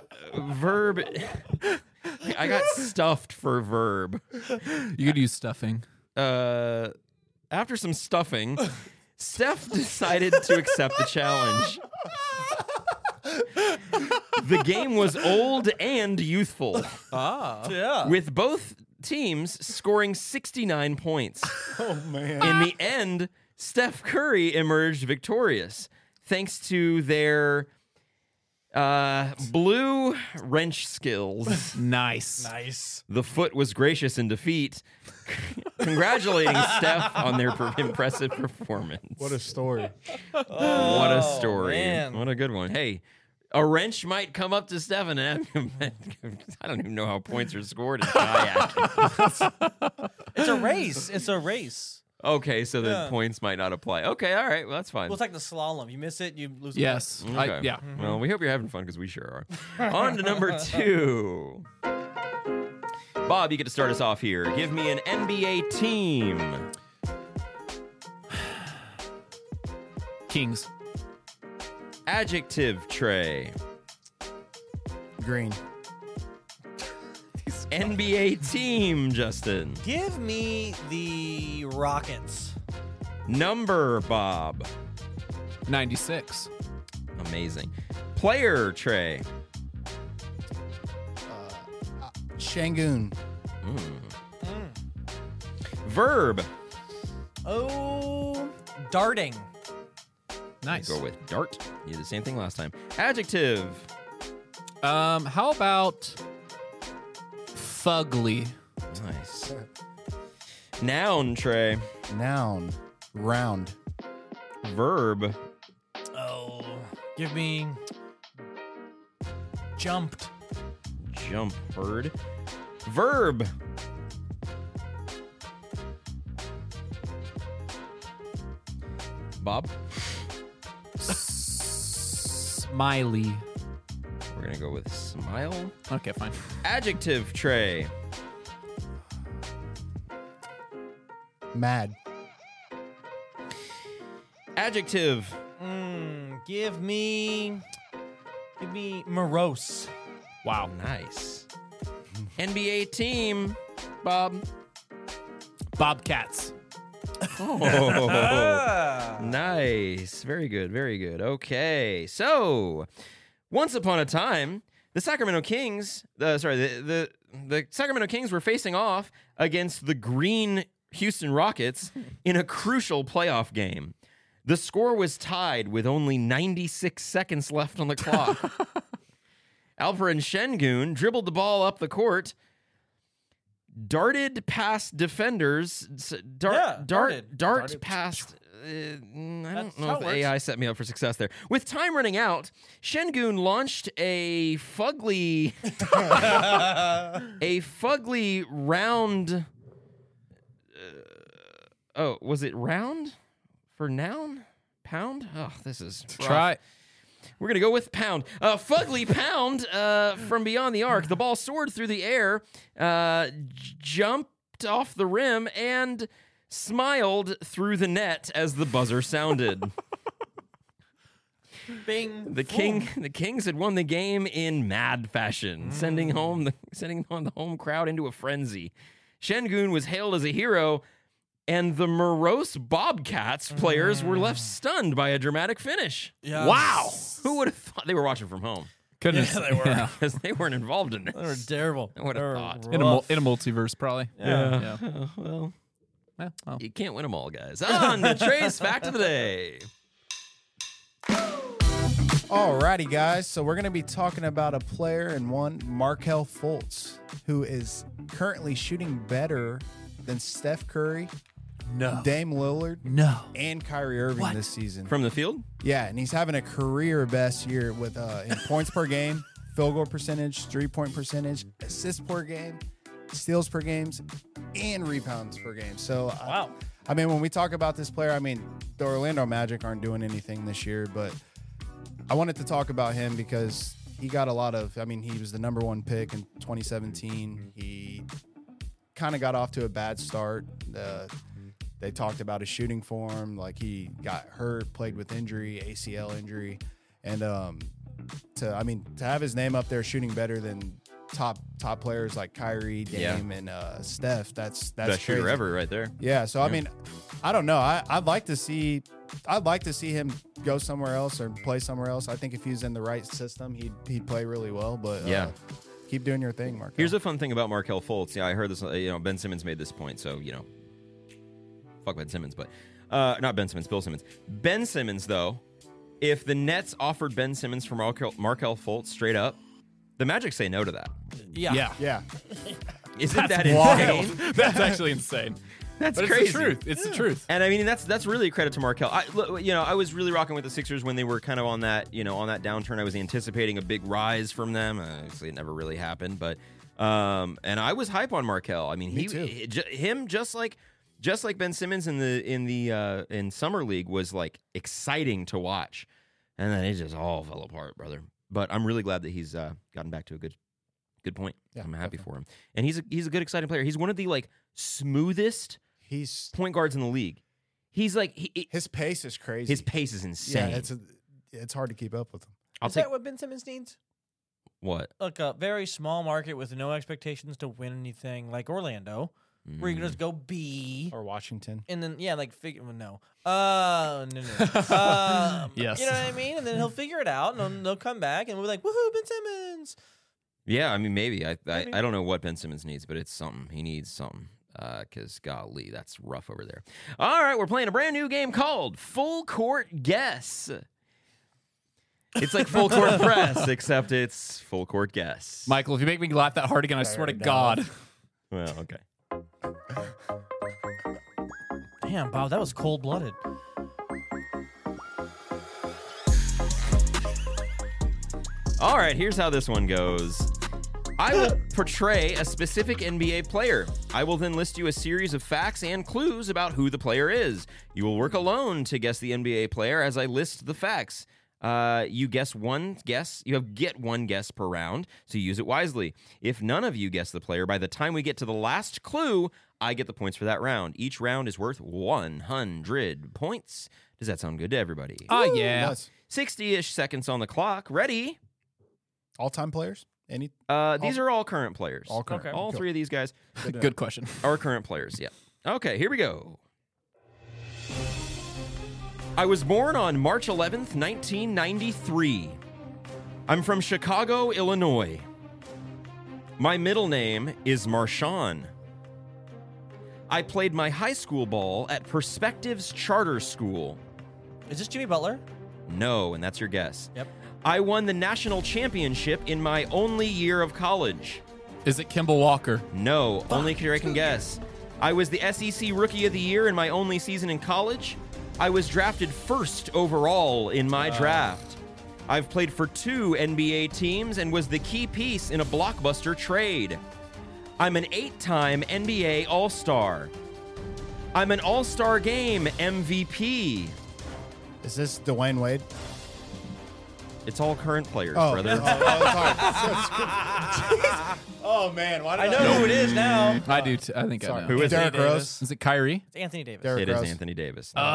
[SPEAKER 1] verb I got stuffed for verb.
[SPEAKER 3] you could use stuffing.
[SPEAKER 1] Uh after some stuffing, Steph decided to accept the challenge. The game was old and youthful.
[SPEAKER 2] Ah.
[SPEAKER 4] Yeah.
[SPEAKER 1] with both teams scoring 69 points.
[SPEAKER 2] Oh man.
[SPEAKER 1] In the end, Steph Curry emerged victorious thanks to their uh, blue wrench skills.
[SPEAKER 3] Nice.
[SPEAKER 4] Nice.
[SPEAKER 1] The foot was gracious in defeat, congratulating Steph on their per- impressive performance.
[SPEAKER 2] What a story.
[SPEAKER 1] What a story.
[SPEAKER 4] Oh, man.
[SPEAKER 1] What a good one. Hey, a wrench might come up to Steph and have him- I don't even know how points are scored in kayaking.
[SPEAKER 4] It's a race. It's a race.
[SPEAKER 1] Okay, so then
[SPEAKER 4] Yeah.
[SPEAKER 1] points might not apply. Okay, all right, well that's fine.
[SPEAKER 4] Well, it's like the slalom. You miss it, you lose. the
[SPEAKER 3] Yes. I-
[SPEAKER 1] Okay.
[SPEAKER 3] yeah.
[SPEAKER 2] Mm-hmm.
[SPEAKER 1] Well, we hope you're having fun because we sure are. On to number two. Bob, you get to start us off here. Give me an NBA team.
[SPEAKER 3] Kings.
[SPEAKER 1] Adjective tray.
[SPEAKER 2] Green.
[SPEAKER 1] NBA team, Justin.
[SPEAKER 4] point. Give me the Rockets.
[SPEAKER 1] Number, Bob.
[SPEAKER 3] 96.
[SPEAKER 1] Amazing. Player tray.
[SPEAKER 2] Shangoon.
[SPEAKER 1] Verb.
[SPEAKER 4] Oh, darting.
[SPEAKER 3] Nice.
[SPEAKER 1] Go with dart. You did the same thing last time. Adjective.
[SPEAKER 3] Um, how about fugly?
[SPEAKER 1] Nice. Noun tray.
[SPEAKER 2] Noun. Round.
[SPEAKER 1] Verb.
[SPEAKER 4] Oh, give me jumped.
[SPEAKER 1] Jump word. Verb. Bob,
[SPEAKER 3] Smiley.
[SPEAKER 1] we're gonna go with smile.
[SPEAKER 3] Okay, fine.
[SPEAKER 1] Adjective tray.
[SPEAKER 2] Mad.
[SPEAKER 1] Adjective.
[SPEAKER 4] Mm, give me, give me morose.
[SPEAKER 3] Wow.
[SPEAKER 1] Nice. NBA team. Bob.
[SPEAKER 3] Bobcats.
[SPEAKER 1] Oh,
[SPEAKER 4] Ah.
[SPEAKER 1] nice. Very good. Very good. Okay. So, once upon a time, the Sacramento Kings. Uh, sorry, the, the the Sacramento Kings were facing off against the Green Houston Rockets in a crucial playoff game. The score was tied with only 96 seconds left on the clock. Alperen Shengun dribbled the ball up the court, darted past defenders, s- dart,
[SPEAKER 4] Yeah,
[SPEAKER 1] dart, dart,
[SPEAKER 4] darted.
[SPEAKER 1] past. uh, mm, I
[SPEAKER 4] That's
[SPEAKER 1] don't know
[SPEAKER 4] how
[SPEAKER 1] if
[SPEAKER 4] it works.
[SPEAKER 1] AI set me up for success there. With time running out, Shengun launched a fugly, a fugly round. Uh, oh, was it round for noun? Pound? Oh, this is rough.
[SPEAKER 3] Try.
[SPEAKER 1] We're gonna go with pound. Uh, fugly pound uh, from beyond the arc. The ball soared through the air, uh, j- jumped off the rim, and smiled through the net as the buzzer sounded.
[SPEAKER 4] Bing.
[SPEAKER 1] the king, the Kings had won the game in mad fashion, sending home the sending on the home crowd into a frenzy. Shengun was hailed as a hero, and the morose Bobcats players were left stunned by a dramatic finish.
[SPEAKER 4] Yeah.
[SPEAKER 1] Wow, who would have thought they were watching from home?
[SPEAKER 3] Goodness.
[SPEAKER 4] Yeah, they were.
[SPEAKER 3] Yeah.
[SPEAKER 1] because they weren't involved in
[SPEAKER 3] Uh.
[SPEAKER 4] They were
[SPEAKER 1] this.
[SPEAKER 4] terrible.
[SPEAKER 1] I would've
[SPEAKER 4] They were
[SPEAKER 1] thought.
[SPEAKER 3] In a, mul-
[SPEAKER 4] rough.
[SPEAKER 3] in a multiverse, probably.
[SPEAKER 4] Yeah.
[SPEAKER 3] Yeah.
[SPEAKER 1] well,
[SPEAKER 3] Yeah, well.
[SPEAKER 1] you can't win them all, guys. On the Trace Fact of the Day.
[SPEAKER 2] Alrighty, guys. So we're gonna be talking about a player and one, Markel Fultz, who is currently shooting better than Steph Curry,
[SPEAKER 3] No.
[SPEAKER 2] Dame Lillard
[SPEAKER 3] No.
[SPEAKER 2] and Kyrie Irving
[SPEAKER 3] What?
[SPEAKER 2] this season.
[SPEAKER 1] From the field?
[SPEAKER 2] yeah, and he's having a career best year with uh, in points per game, field goal percentage, three point percentage, assists per game, steals per games, and rebounds per game. So uh,
[SPEAKER 4] Wow.
[SPEAKER 2] I, I mean, when we talk about this player, I mean the Orlando Magic aren't doing anything this year, but I wanted to talk about him because he got a lot of. I mean, he was the number one pick in 2017. He kind of got off to a bad start. The, they talked about his shooting form, like he got hurt, played with injury, ACL injury, and um, to I mean to have his name up there shooting better than top top players like Kyrie,
[SPEAKER 1] Yeah.
[SPEAKER 2] Dame, and uh, Steph. That's that's
[SPEAKER 1] Best shooter
[SPEAKER 2] crazy.
[SPEAKER 1] ever, right there.
[SPEAKER 2] Yeah. So I mean, I don't know. I, I'd like to see, I'd like to see him go somewhere else or play somewhere else. I think if he's in the right system, he'd he'd play really well. But uh,
[SPEAKER 1] Yeah.
[SPEAKER 2] keep doing your thing, Mark.
[SPEAKER 1] Here's a fun thing about Markel Fultz. Yeah, I heard this. uh, You know, Ben Simmons made this point, so you know, fuck Ben Simmons, but uh, not Ben Simmons, Bill Simmons. Ben Simmons, though, if the Nets offered Ben Simmons for Markel, Markel Fultz straight up, the Magic say no to that.
[SPEAKER 4] Yeah.
[SPEAKER 3] Yeah.
[SPEAKER 2] yeah,
[SPEAKER 1] Isn't that
[SPEAKER 3] Wild.
[SPEAKER 1] insane?
[SPEAKER 3] That's actually insane.
[SPEAKER 1] That's
[SPEAKER 3] But
[SPEAKER 1] crazy.
[SPEAKER 3] it's the truth. It's the truth.
[SPEAKER 1] And I mean, that's that's really a credit to Markel. I, look, you know, I was really rocking with the Sixers when they were kind of on that, you know, on that downturn. I was anticipating a big rise from them. Uh, Actually, it never really happened, but um, and I was hype on Markel. I mean, he,
[SPEAKER 2] too.
[SPEAKER 1] he- ju- him just like just like Ben Simmons in the in the uh, in summer league was like exciting to watch, and then it just all fell apart, brother. But I'm really glad that he's uh, gotten back to a good good point.
[SPEAKER 2] Yeah,
[SPEAKER 1] I'm happy for him, and he's a, he's a good exciting player. He's one of the like smoothest
[SPEAKER 2] he's
[SPEAKER 1] point guards in the league. He's like he, he-
[SPEAKER 2] his pace is crazy.
[SPEAKER 1] his pace is
[SPEAKER 2] yeah,
[SPEAKER 1] insane.
[SPEAKER 2] it's a, it's hard to keep up with him.
[SPEAKER 1] I'll
[SPEAKER 4] Is
[SPEAKER 1] take
[SPEAKER 4] that what Ben Simmons needs?
[SPEAKER 1] what
[SPEAKER 4] Like a very small market with no expectations to win anything, like Orlando, where
[SPEAKER 1] Mm. Hmm.
[SPEAKER 4] you can just go be.
[SPEAKER 2] Or Washington.
[SPEAKER 4] and then yeah, like figure well, no, uh, no, no, um,
[SPEAKER 3] Yes.
[SPEAKER 4] you know what I mean. And then he'll figure it out, and then they'll come back, and we'll be like, "Woohoo, Ben Simmons!"
[SPEAKER 1] Yeah, I mean maybe I I,
[SPEAKER 4] Maybe.
[SPEAKER 1] I don't know what Ben Simmons needs, but it's something he needs something. Because golly, that's rough over there. All right, we're playing a brand new game called Full Court Guess. It's like full court press, except it's full court guess.
[SPEAKER 3] Michael, if you make me laugh that hard again, I swear to God.
[SPEAKER 1] well, okay.
[SPEAKER 4] Damn, Bob, that was cold blooded.
[SPEAKER 1] All right, here's how this one goes. I will portray a specific NBA player. I will then list you a series of facts and clues about who the player is. You will work alone to guess the NBA player as I list the facts. Uh, you guess one guess. You have get one guess per round, so use it wisely. If none of you guess the player by the time we get to the last clue, I get the points for that round. Each round is worth 100 points. Does that sound good to everybody?
[SPEAKER 3] Ah, yeah.
[SPEAKER 2] Nice.
[SPEAKER 1] 60-ish seconds on the clock. Ready?
[SPEAKER 2] All time players. Any
[SPEAKER 1] Uh, these are all current players.
[SPEAKER 2] all current.
[SPEAKER 1] All three of these guys
[SPEAKER 3] Good question.
[SPEAKER 1] are current players. Yeah. Okay, here we go. I was born on March 11th, 1993. I'm from Chicago, Illinois. My middle name is Marshawn. I played my high school ball at Perspectives Charter School.
[SPEAKER 4] Is this Jimmy Butler?
[SPEAKER 1] No, and that's your guess.
[SPEAKER 4] Yep.
[SPEAKER 1] I won the national championship in my only year of college.
[SPEAKER 3] Is it Kimball Walker?
[SPEAKER 1] No, only Kira can guess. I was the SEC Rookie of the Year in my only season in college. I was drafted first overall in my draft. I've played for two NBA teams and was the key piece in a blockbuster trade. I'm an eight time NBA All Star. I'm an All Star Game MVP.
[SPEAKER 2] Is this Dwayne Wade?
[SPEAKER 1] It's all current players,
[SPEAKER 2] Oh,
[SPEAKER 1] brother.
[SPEAKER 2] oh, oh, sorry. oh man, why did
[SPEAKER 4] I know who it is now.
[SPEAKER 3] I do. T- I think
[SPEAKER 2] Sorry.
[SPEAKER 3] I know.
[SPEAKER 1] Who is
[SPEAKER 2] Derrick
[SPEAKER 1] it?
[SPEAKER 2] Rose.
[SPEAKER 3] Is it Kyrie?
[SPEAKER 4] It's Anthony Davis.
[SPEAKER 2] Derrick
[SPEAKER 1] It is
[SPEAKER 2] Rose.
[SPEAKER 1] Anthony Davis.
[SPEAKER 3] Oh.
[SPEAKER 1] no,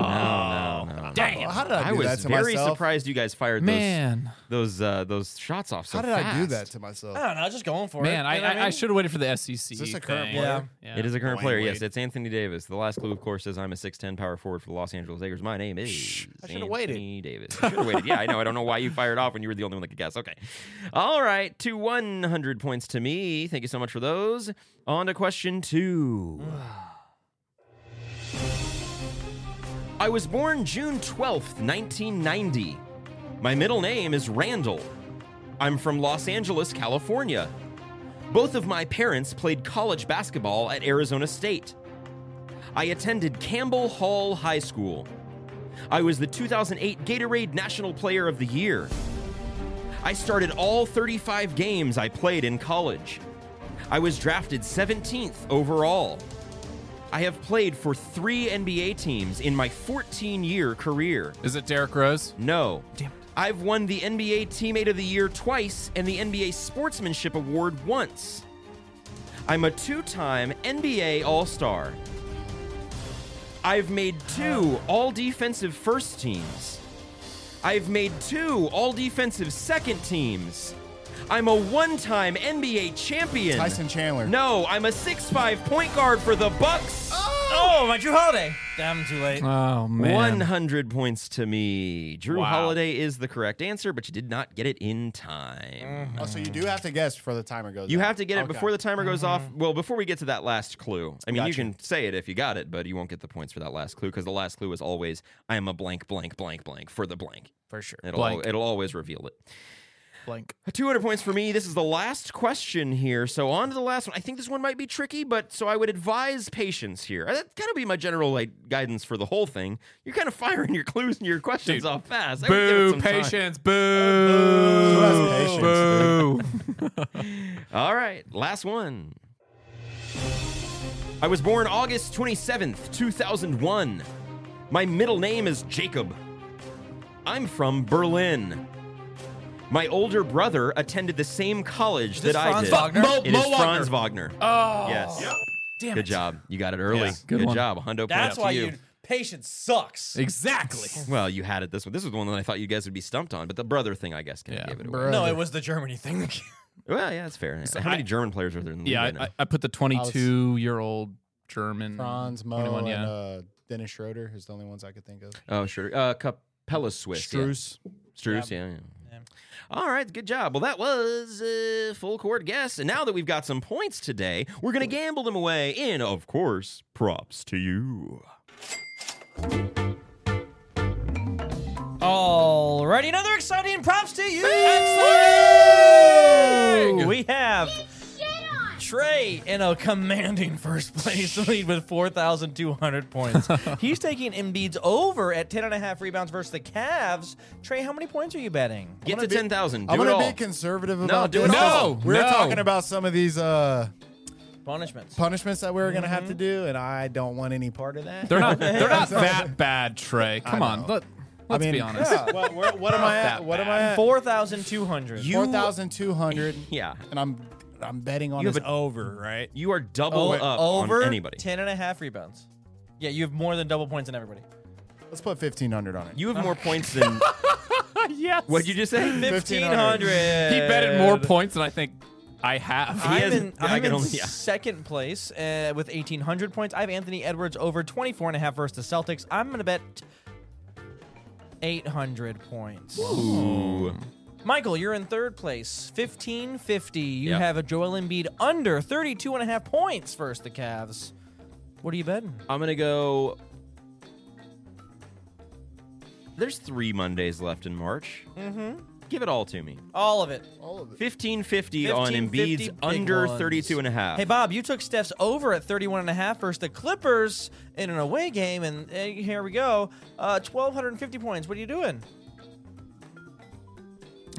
[SPEAKER 1] no, no, no.
[SPEAKER 2] Well, How did I do
[SPEAKER 1] I was
[SPEAKER 2] that to
[SPEAKER 1] very
[SPEAKER 2] myself?
[SPEAKER 1] surprised you guys fired
[SPEAKER 3] Man.
[SPEAKER 1] those those uh, those shots off so
[SPEAKER 2] How did I do
[SPEAKER 1] fast.
[SPEAKER 2] that to myself?
[SPEAKER 4] I don't know. I was just going for it.
[SPEAKER 3] Man, I,
[SPEAKER 4] You know what
[SPEAKER 3] I, I
[SPEAKER 4] mean?
[SPEAKER 3] should have waited for the SEC.
[SPEAKER 2] Is this a current
[SPEAKER 3] thing.
[SPEAKER 4] player?
[SPEAKER 3] Yeah.
[SPEAKER 1] It is a current
[SPEAKER 2] Dwayne
[SPEAKER 1] player.
[SPEAKER 2] Wade.
[SPEAKER 1] Yes, it's Anthony Davis. The last clue, of course, says I'm a 6'10 power forward for the Los Angeles Lakers. My name is
[SPEAKER 2] I should've
[SPEAKER 1] Anthony
[SPEAKER 2] waited.
[SPEAKER 1] Davis. I should have waited. Yeah, I know. I don't know why you fired off when you were the only one that could guess. Okay. All right. To 100 points to me. Thank you so much for those. On to question two. I was born June 12th, 1990. My middle name is Randall. I'm from Los Angeles, California. Both of my parents played college basketball at Arizona State. I attended Campbell Hall High School. I was the 2008 Gatorade National Player of the Year. I started all 35 games I played in college. I was drafted 17th overall. I have played for three NBA teams in my 14 year career.
[SPEAKER 3] Is it Derrick Rose?
[SPEAKER 1] No. I've won the NBA Teammate of the Year twice and the NBA Sportsmanship Award once. I'm a two time NBA All Star. I've made two All Defensive First Teams. I've made two All Defensive Second Teams. I'm a one time NBA champion.
[SPEAKER 2] Tyson Chandler.
[SPEAKER 1] No, I'm a six-five point guard for the Bucks.
[SPEAKER 4] Oh, my Drew Holiday. Damn, too late.
[SPEAKER 3] Oh man.
[SPEAKER 1] 100 points to me. Drew
[SPEAKER 3] Wow.
[SPEAKER 1] Holiday is the correct answer, but you did not get it in time.
[SPEAKER 2] Oh, so you do have to guess before the timer goes.
[SPEAKER 1] You
[SPEAKER 2] off.
[SPEAKER 1] have to get it
[SPEAKER 2] Okay.
[SPEAKER 1] before the timer goes off. Well, before we get to that last clue, I mean, you
[SPEAKER 2] Gotcha.
[SPEAKER 1] can say it if you got it, but you won't get the points for that last clue because the last clue is always I am a blank, blank, blank, blank for the blank.
[SPEAKER 4] For sure.
[SPEAKER 1] It'll,
[SPEAKER 3] Blank.
[SPEAKER 1] al- it'll always reveal it.
[SPEAKER 3] blank.
[SPEAKER 1] 200 points for me. This is the last question here. So, on to the last one. I think this one might be tricky, but so I would advise patience here. Uh, That's got to be my general like guidance for the whole thing. You're kind of firing your clues and your questions
[SPEAKER 3] Dude.
[SPEAKER 1] off fast. I would give it
[SPEAKER 3] Boo,
[SPEAKER 1] some time.
[SPEAKER 3] patience,
[SPEAKER 2] Who
[SPEAKER 3] boo.
[SPEAKER 2] has patience, dude?
[SPEAKER 1] All right, last one. I was born August 27th, 2001. My middle name is Jacob. I'm from Berlin. My older brother attended the same college
[SPEAKER 4] this
[SPEAKER 1] that I
[SPEAKER 4] Franz
[SPEAKER 1] did.
[SPEAKER 4] Wagner? Mo-
[SPEAKER 1] It
[SPEAKER 3] Mo
[SPEAKER 1] is
[SPEAKER 3] Wagner.
[SPEAKER 1] Franz Wagner. Oh, yes.
[SPEAKER 3] Damn
[SPEAKER 1] Good
[SPEAKER 3] it.
[SPEAKER 1] job. You got it early.
[SPEAKER 3] Yeah, good
[SPEAKER 1] good
[SPEAKER 3] one.
[SPEAKER 1] job. Hundo points
[SPEAKER 4] That's
[SPEAKER 1] to
[SPEAKER 4] why
[SPEAKER 1] you.
[SPEAKER 4] you patience sucks.
[SPEAKER 3] Exactly.
[SPEAKER 1] Well, you had it this one. This was one that I thought you guys would be stumped on, but the brother thing, I guess, kind
[SPEAKER 3] Yeah.
[SPEAKER 1] of gave it away.
[SPEAKER 2] Brother.
[SPEAKER 4] No, it was the Germany thing.
[SPEAKER 1] Well, yeah, that's fair. How many German players are there in the
[SPEAKER 3] Yeah,
[SPEAKER 1] league right now?
[SPEAKER 3] I, I, I put the 22 year old German
[SPEAKER 2] Franz Mo
[SPEAKER 3] 21,
[SPEAKER 2] and
[SPEAKER 3] yeah.
[SPEAKER 2] uh, Dennis Schroeder is the only ones I could think of.
[SPEAKER 1] Oh, sure. Uh, Capella Swiss.
[SPEAKER 2] Struess.
[SPEAKER 1] Yeah. Struess, yeah. yeah. All right, good job. Well, that was uh, full court guess. And now that we've got some points today, we're going to gamble them away in, of course, props to you.
[SPEAKER 4] Alrighty, another exciting props to you. We have Trey in a commanding first place lead with 4,200 points. He's taking Embiid's over at 10.5 rebounds versus the Cavs. Trey, how many points are you betting?
[SPEAKER 1] Get to 10,000.
[SPEAKER 2] I'm
[SPEAKER 1] Do it
[SPEAKER 2] gonna
[SPEAKER 1] all.
[SPEAKER 2] be conservative about
[SPEAKER 1] do it
[SPEAKER 2] this.
[SPEAKER 1] all.
[SPEAKER 3] No,
[SPEAKER 2] we're
[SPEAKER 3] no.
[SPEAKER 2] talking about some of these uh,
[SPEAKER 4] Punishments.
[SPEAKER 2] punishments that we were gonna have
[SPEAKER 1] Mm-hmm.
[SPEAKER 2] to do, and I don't want any part of that.
[SPEAKER 3] They're not. They're not that bad, Trey. Come on.
[SPEAKER 2] know.
[SPEAKER 3] Let,
[SPEAKER 2] I
[SPEAKER 3] let's
[SPEAKER 2] mean,
[SPEAKER 3] be honest.
[SPEAKER 2] yeah, what, where- what am I
[SPEAKER 3] that
[SPEAKER 2] at? What am I at?
[SPEAKER 4] 4,200.
[SPEAKER 1] You-
[SPEAKER 2] Four thousand two hundred.
[SPEAKER 1] Yeah.
[SPEAKER 2] and I'm I'm betting on
[SPEAKER 1] You
[SPEAKER 2] this
[SPEAKER 1] have a-
[SPEAKER 2] over, right?
[SPEAKER 1] You are double
[SPEAKER 4] Oh,
[SPEAKER 1] up
[SPEAKER 4] over
[SPEAKER 1] on anybody.
[SPEAKER 4] 10.5 rebounds. Yeah, you have more than double points than everybody.
[SPEAKER 2] Let's put fifteen hundred on it.
[SPEAKER 1] You have more points than.
[SPEAKER 3] yes.
[SPEAKER 1] What'd you just say?
[SPEAKER 4] 1,500.
[SPEAKER 3] He betted more points than I think I have.
[SPEAKER 1] He
[SPEAKER 4] I'm
[SPEAKER 1] has-
[SPEAKER 4] in,
[SPEAKER 1] yeah, I
[SPEAKER 4] I'm
[SPEAKER 1] can
[SPEAKER 4] in
[SPEAKER 1] only- yeah.
[SPEAKER 4] second place uh, with 1,800 points. I have Anthony Edwards over 24 and a half versus the Celtics. I'm going to bet 800 points.
[SPEAKER 1] Ooh.
[SPEAKER 4] Michael, you're in third place, 1,550. You
[SPEAKER 1] Yeah.
[SPEAKER 4] have a Joel Embiid under 32 and a half points versus the Cavs. What are you betting?
[SPEAKER 1] I'm gonna go. There's three Mondays left in March. Mm-hmm. Give it all to me.
[SPEAKER 4] All of it.
[SPEAKER 1] 1550 on
[SPEAKER 4] 1550
[SPEAKER 1] Embiid's
[SPEAKER 4] big
[SPEAKER 1] under
[SPEAKER 4] ones.
[SPEAKER 1] 32 and a half.
[SPEAKER 4] Hey, Bob, you took Steph's over at 31 and a half versus the Clippers in an away game, and eh, here we go. Uh, 1,250 points. What are you doing?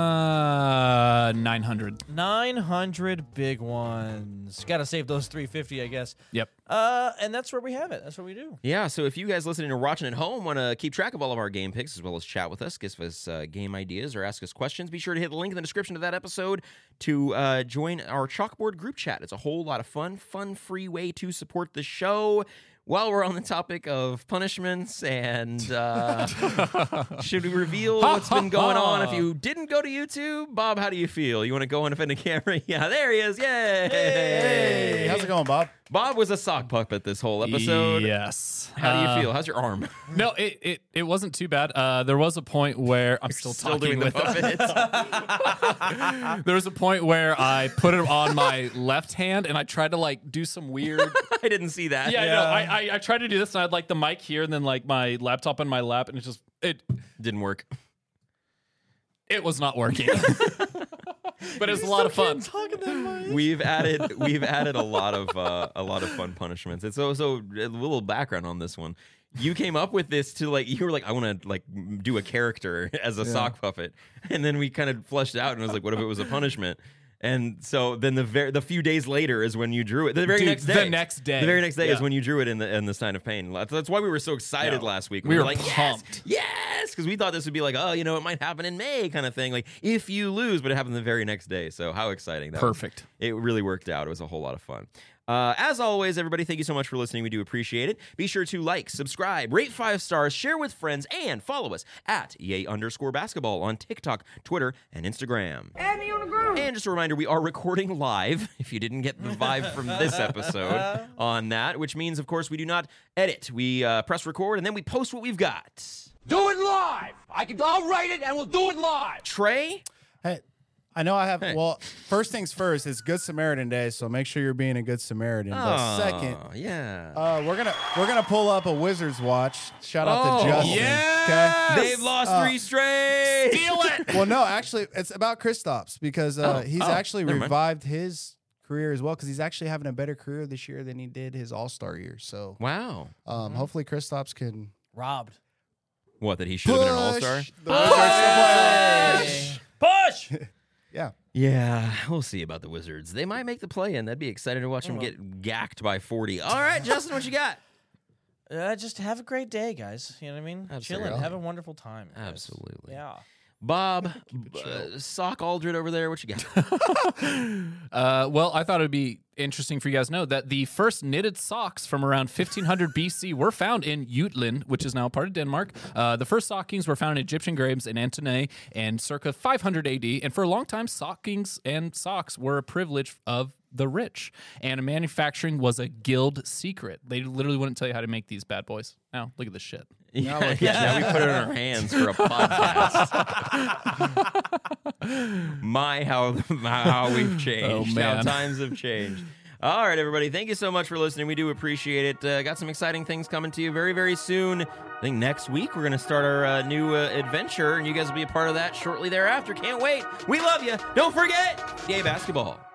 [SPEAKER 3] Uh, nine hundred.
[SPEAKER 4] 900 big ones. Got to save those 350, I guess.
[SPEAKER 3] Yep.
[SPEAKER 4] Uh, and that's where we have it. That's what we do.
[SPEAKER 1] Yeah, so if you guys listening or watching at home want to keep track of all of our game picks as well as chat with us, give us uh, game ideas or ask us questions, be sure to hit the link in the description of that episode to uh, join our chalkboard group chat. It's a whole lot of fun, fun, free way to support the show. While we're on the topic of punishments and uh, should we reveal what's been going on? If you didn't go to YouTube, Bob, how do you feel? You want to go on in front of the camera? Yeah, there he is. Yay!
[SPEAKER 2] Hey, how's it going, Bob?
[SPEAKER 1] Bob was a sock puppet this whole episode.
[SPEAKER 3] Yes.
[SPEAKER 1] How do you
[SPEAKER 3] Uh,
[SPEAKER 1] feel? How's your arm?
[SPEAKER 3] No, it, it it wasn't too bad. Uh, there was a point where I'm still, talking with
[SPEAKER 1] puppets.
[SPEAKER 3] There was a point where I put it on my left hand and I tried to like do some weird
[SPEAKER 1] I didn't see that.
[SPEAKER 3] Yeah, no, I, I I tried to do this, and I had like the mic here, and then like my laptop in my lap, and it just it
[SPEAKER 1] didn't work.
[SPEAKER 3] it was not working. but it's a lot of fun.
[SPEAKER 1] We've added we've added a lot of uh, a lot of fun punishments. And so so a little background on this one. You came up with this to like you were like I want to like do a character as a sock puppet, and then we kind of flushed it out and was like, what if it was a punishment? And so then the ver- the few days later is when you drew it. The very
[SPEAKER 3] Dude,
[SPEAKER 1] next
[SPEAKER 3] the
[SPEAKER 1] day.
[SPEAKER 3] next day.
[SPEAKER 1] The very next day is
[SPEAKER 3] Yeah.
[SPEAKER 1] when you drew it in the in the sign of pain. That's- That's why we were so excited
[SPEAKER 3] Yeah.
[SPEAKER 1] last week.
[SPEAKER 3] We were
[SPEAKER 1] like,
[SPEAKER 3] pumped.
[SPEAKER 1] yes, because we thought this would be like, oh, you know, it might happen in May kind of thing. Like if you lose, but it happened the very next day. So how exciting! That was-
[SPEAKER 3] Perfect.
[SPEAKER 1] it really worked out. It was a whole lot of fun. Uh, as always, everybody, thank you so much for listening. We do appreciate it. Be sure to like, subscribe, rate five stars, share with friends, and follow us at EA underscore basketball on TikTok, Twitter, and Instagram. And just a reminder, we are recording live, if you didn't get the vibe from this episode on that, which means, of course, we do not edit. We uh, press record and then we post what we've got.
[SPEAKER 6] Do it live. I can. I'll write it, and we'll do it live.
[SPEAKER 1] Trey?
[SPEAKER 2] Hey, I know I have.
[SPEAKER 1] Hey.
[SPEAKER 2] Well, first things first, it's Good Samaritan Day, so make sure you're being a good Samaritan.
[SPEAKER 1] Ah.
[SPEAKER 2] but second,
[SPEAKER 1] Aw, Oh, yeah.
[SPEAKER 2] uh, we're gonna we're gonna pull up a Wizards watch. Shout out
[SPEAKER 1] Oh,
[SPEAKER 2] to Justin.
[SPEAKER 3] yes!
[SPEAKER 2] Okay.
[SPEAKER 1] They've lost three straight.
[SPEAKER 3] Feel it.
[SPEAKER 2] Well, no, actually, it's about Kristaps because
[SPEAKER 1] Oh,
[SPEAKER 2] uh, he's actually revived his career as well because he's actually having a better career this year than he did his All Star year. So,
[SPEAKER 1] Wow.
[SPEAKER 2] um, hopefully, Kristaps can
[SPEAKER 4] Robbed.
[SPEAKER 1] What, that he should have been an all star?
[SPEAKER 2] push the Wizards to play.
[SPEAKER 4] Push.
[SPEAKER 2] Yeah.
[SPEAKER 1] Yeah, we'll see about the Wizards. They might make the play in. That'd be exciting to watch them get gacked by 40. All right, Justin, what you got?
[SPEAKER 4] Uh, just have a great day, guys. You know what I mean?
[SPEAKER 1] Absolutely.
[SPEAKER 4] Chilling. Have a wonderful time. guys.
[SPEAKER 1] Absolutely.
[SPEAKER 4] Yeah.
[SPEAKER 1] Bob, uh, Sock Aldred over there, what you got?
[SPEAKER 3] Uh, well, I thought it'd be interesting for you guys to know that the first knitted socks from around 1500 BC were found in Jutland, which is now part of Denmark. Uh, the first stockings were found in Egyptian graves in Antony and circa 500 AD. And for a long time, stockings and socks were a privilege of the rich. And manufacturing was a guild secret. They literally wouldn't tell you how to make these bad boys. Now, look at this shit.
[SPEAKER 1] yeah, yeah, we put it in our hands for a podcast. My, how, how we've changed. How
[SPEAKER 3] man.
[SPEAKER 1] times have changed. All right, everybody. Thank you so much for listening. We do appreciate it. Uh, got some exciting things coming to you very, very soon. I think next week we're going to start our uh, new uh, adventure, and you guys will be a part of that shortly thereafter. Can't wait. We love you. Don't forget, yay basketball.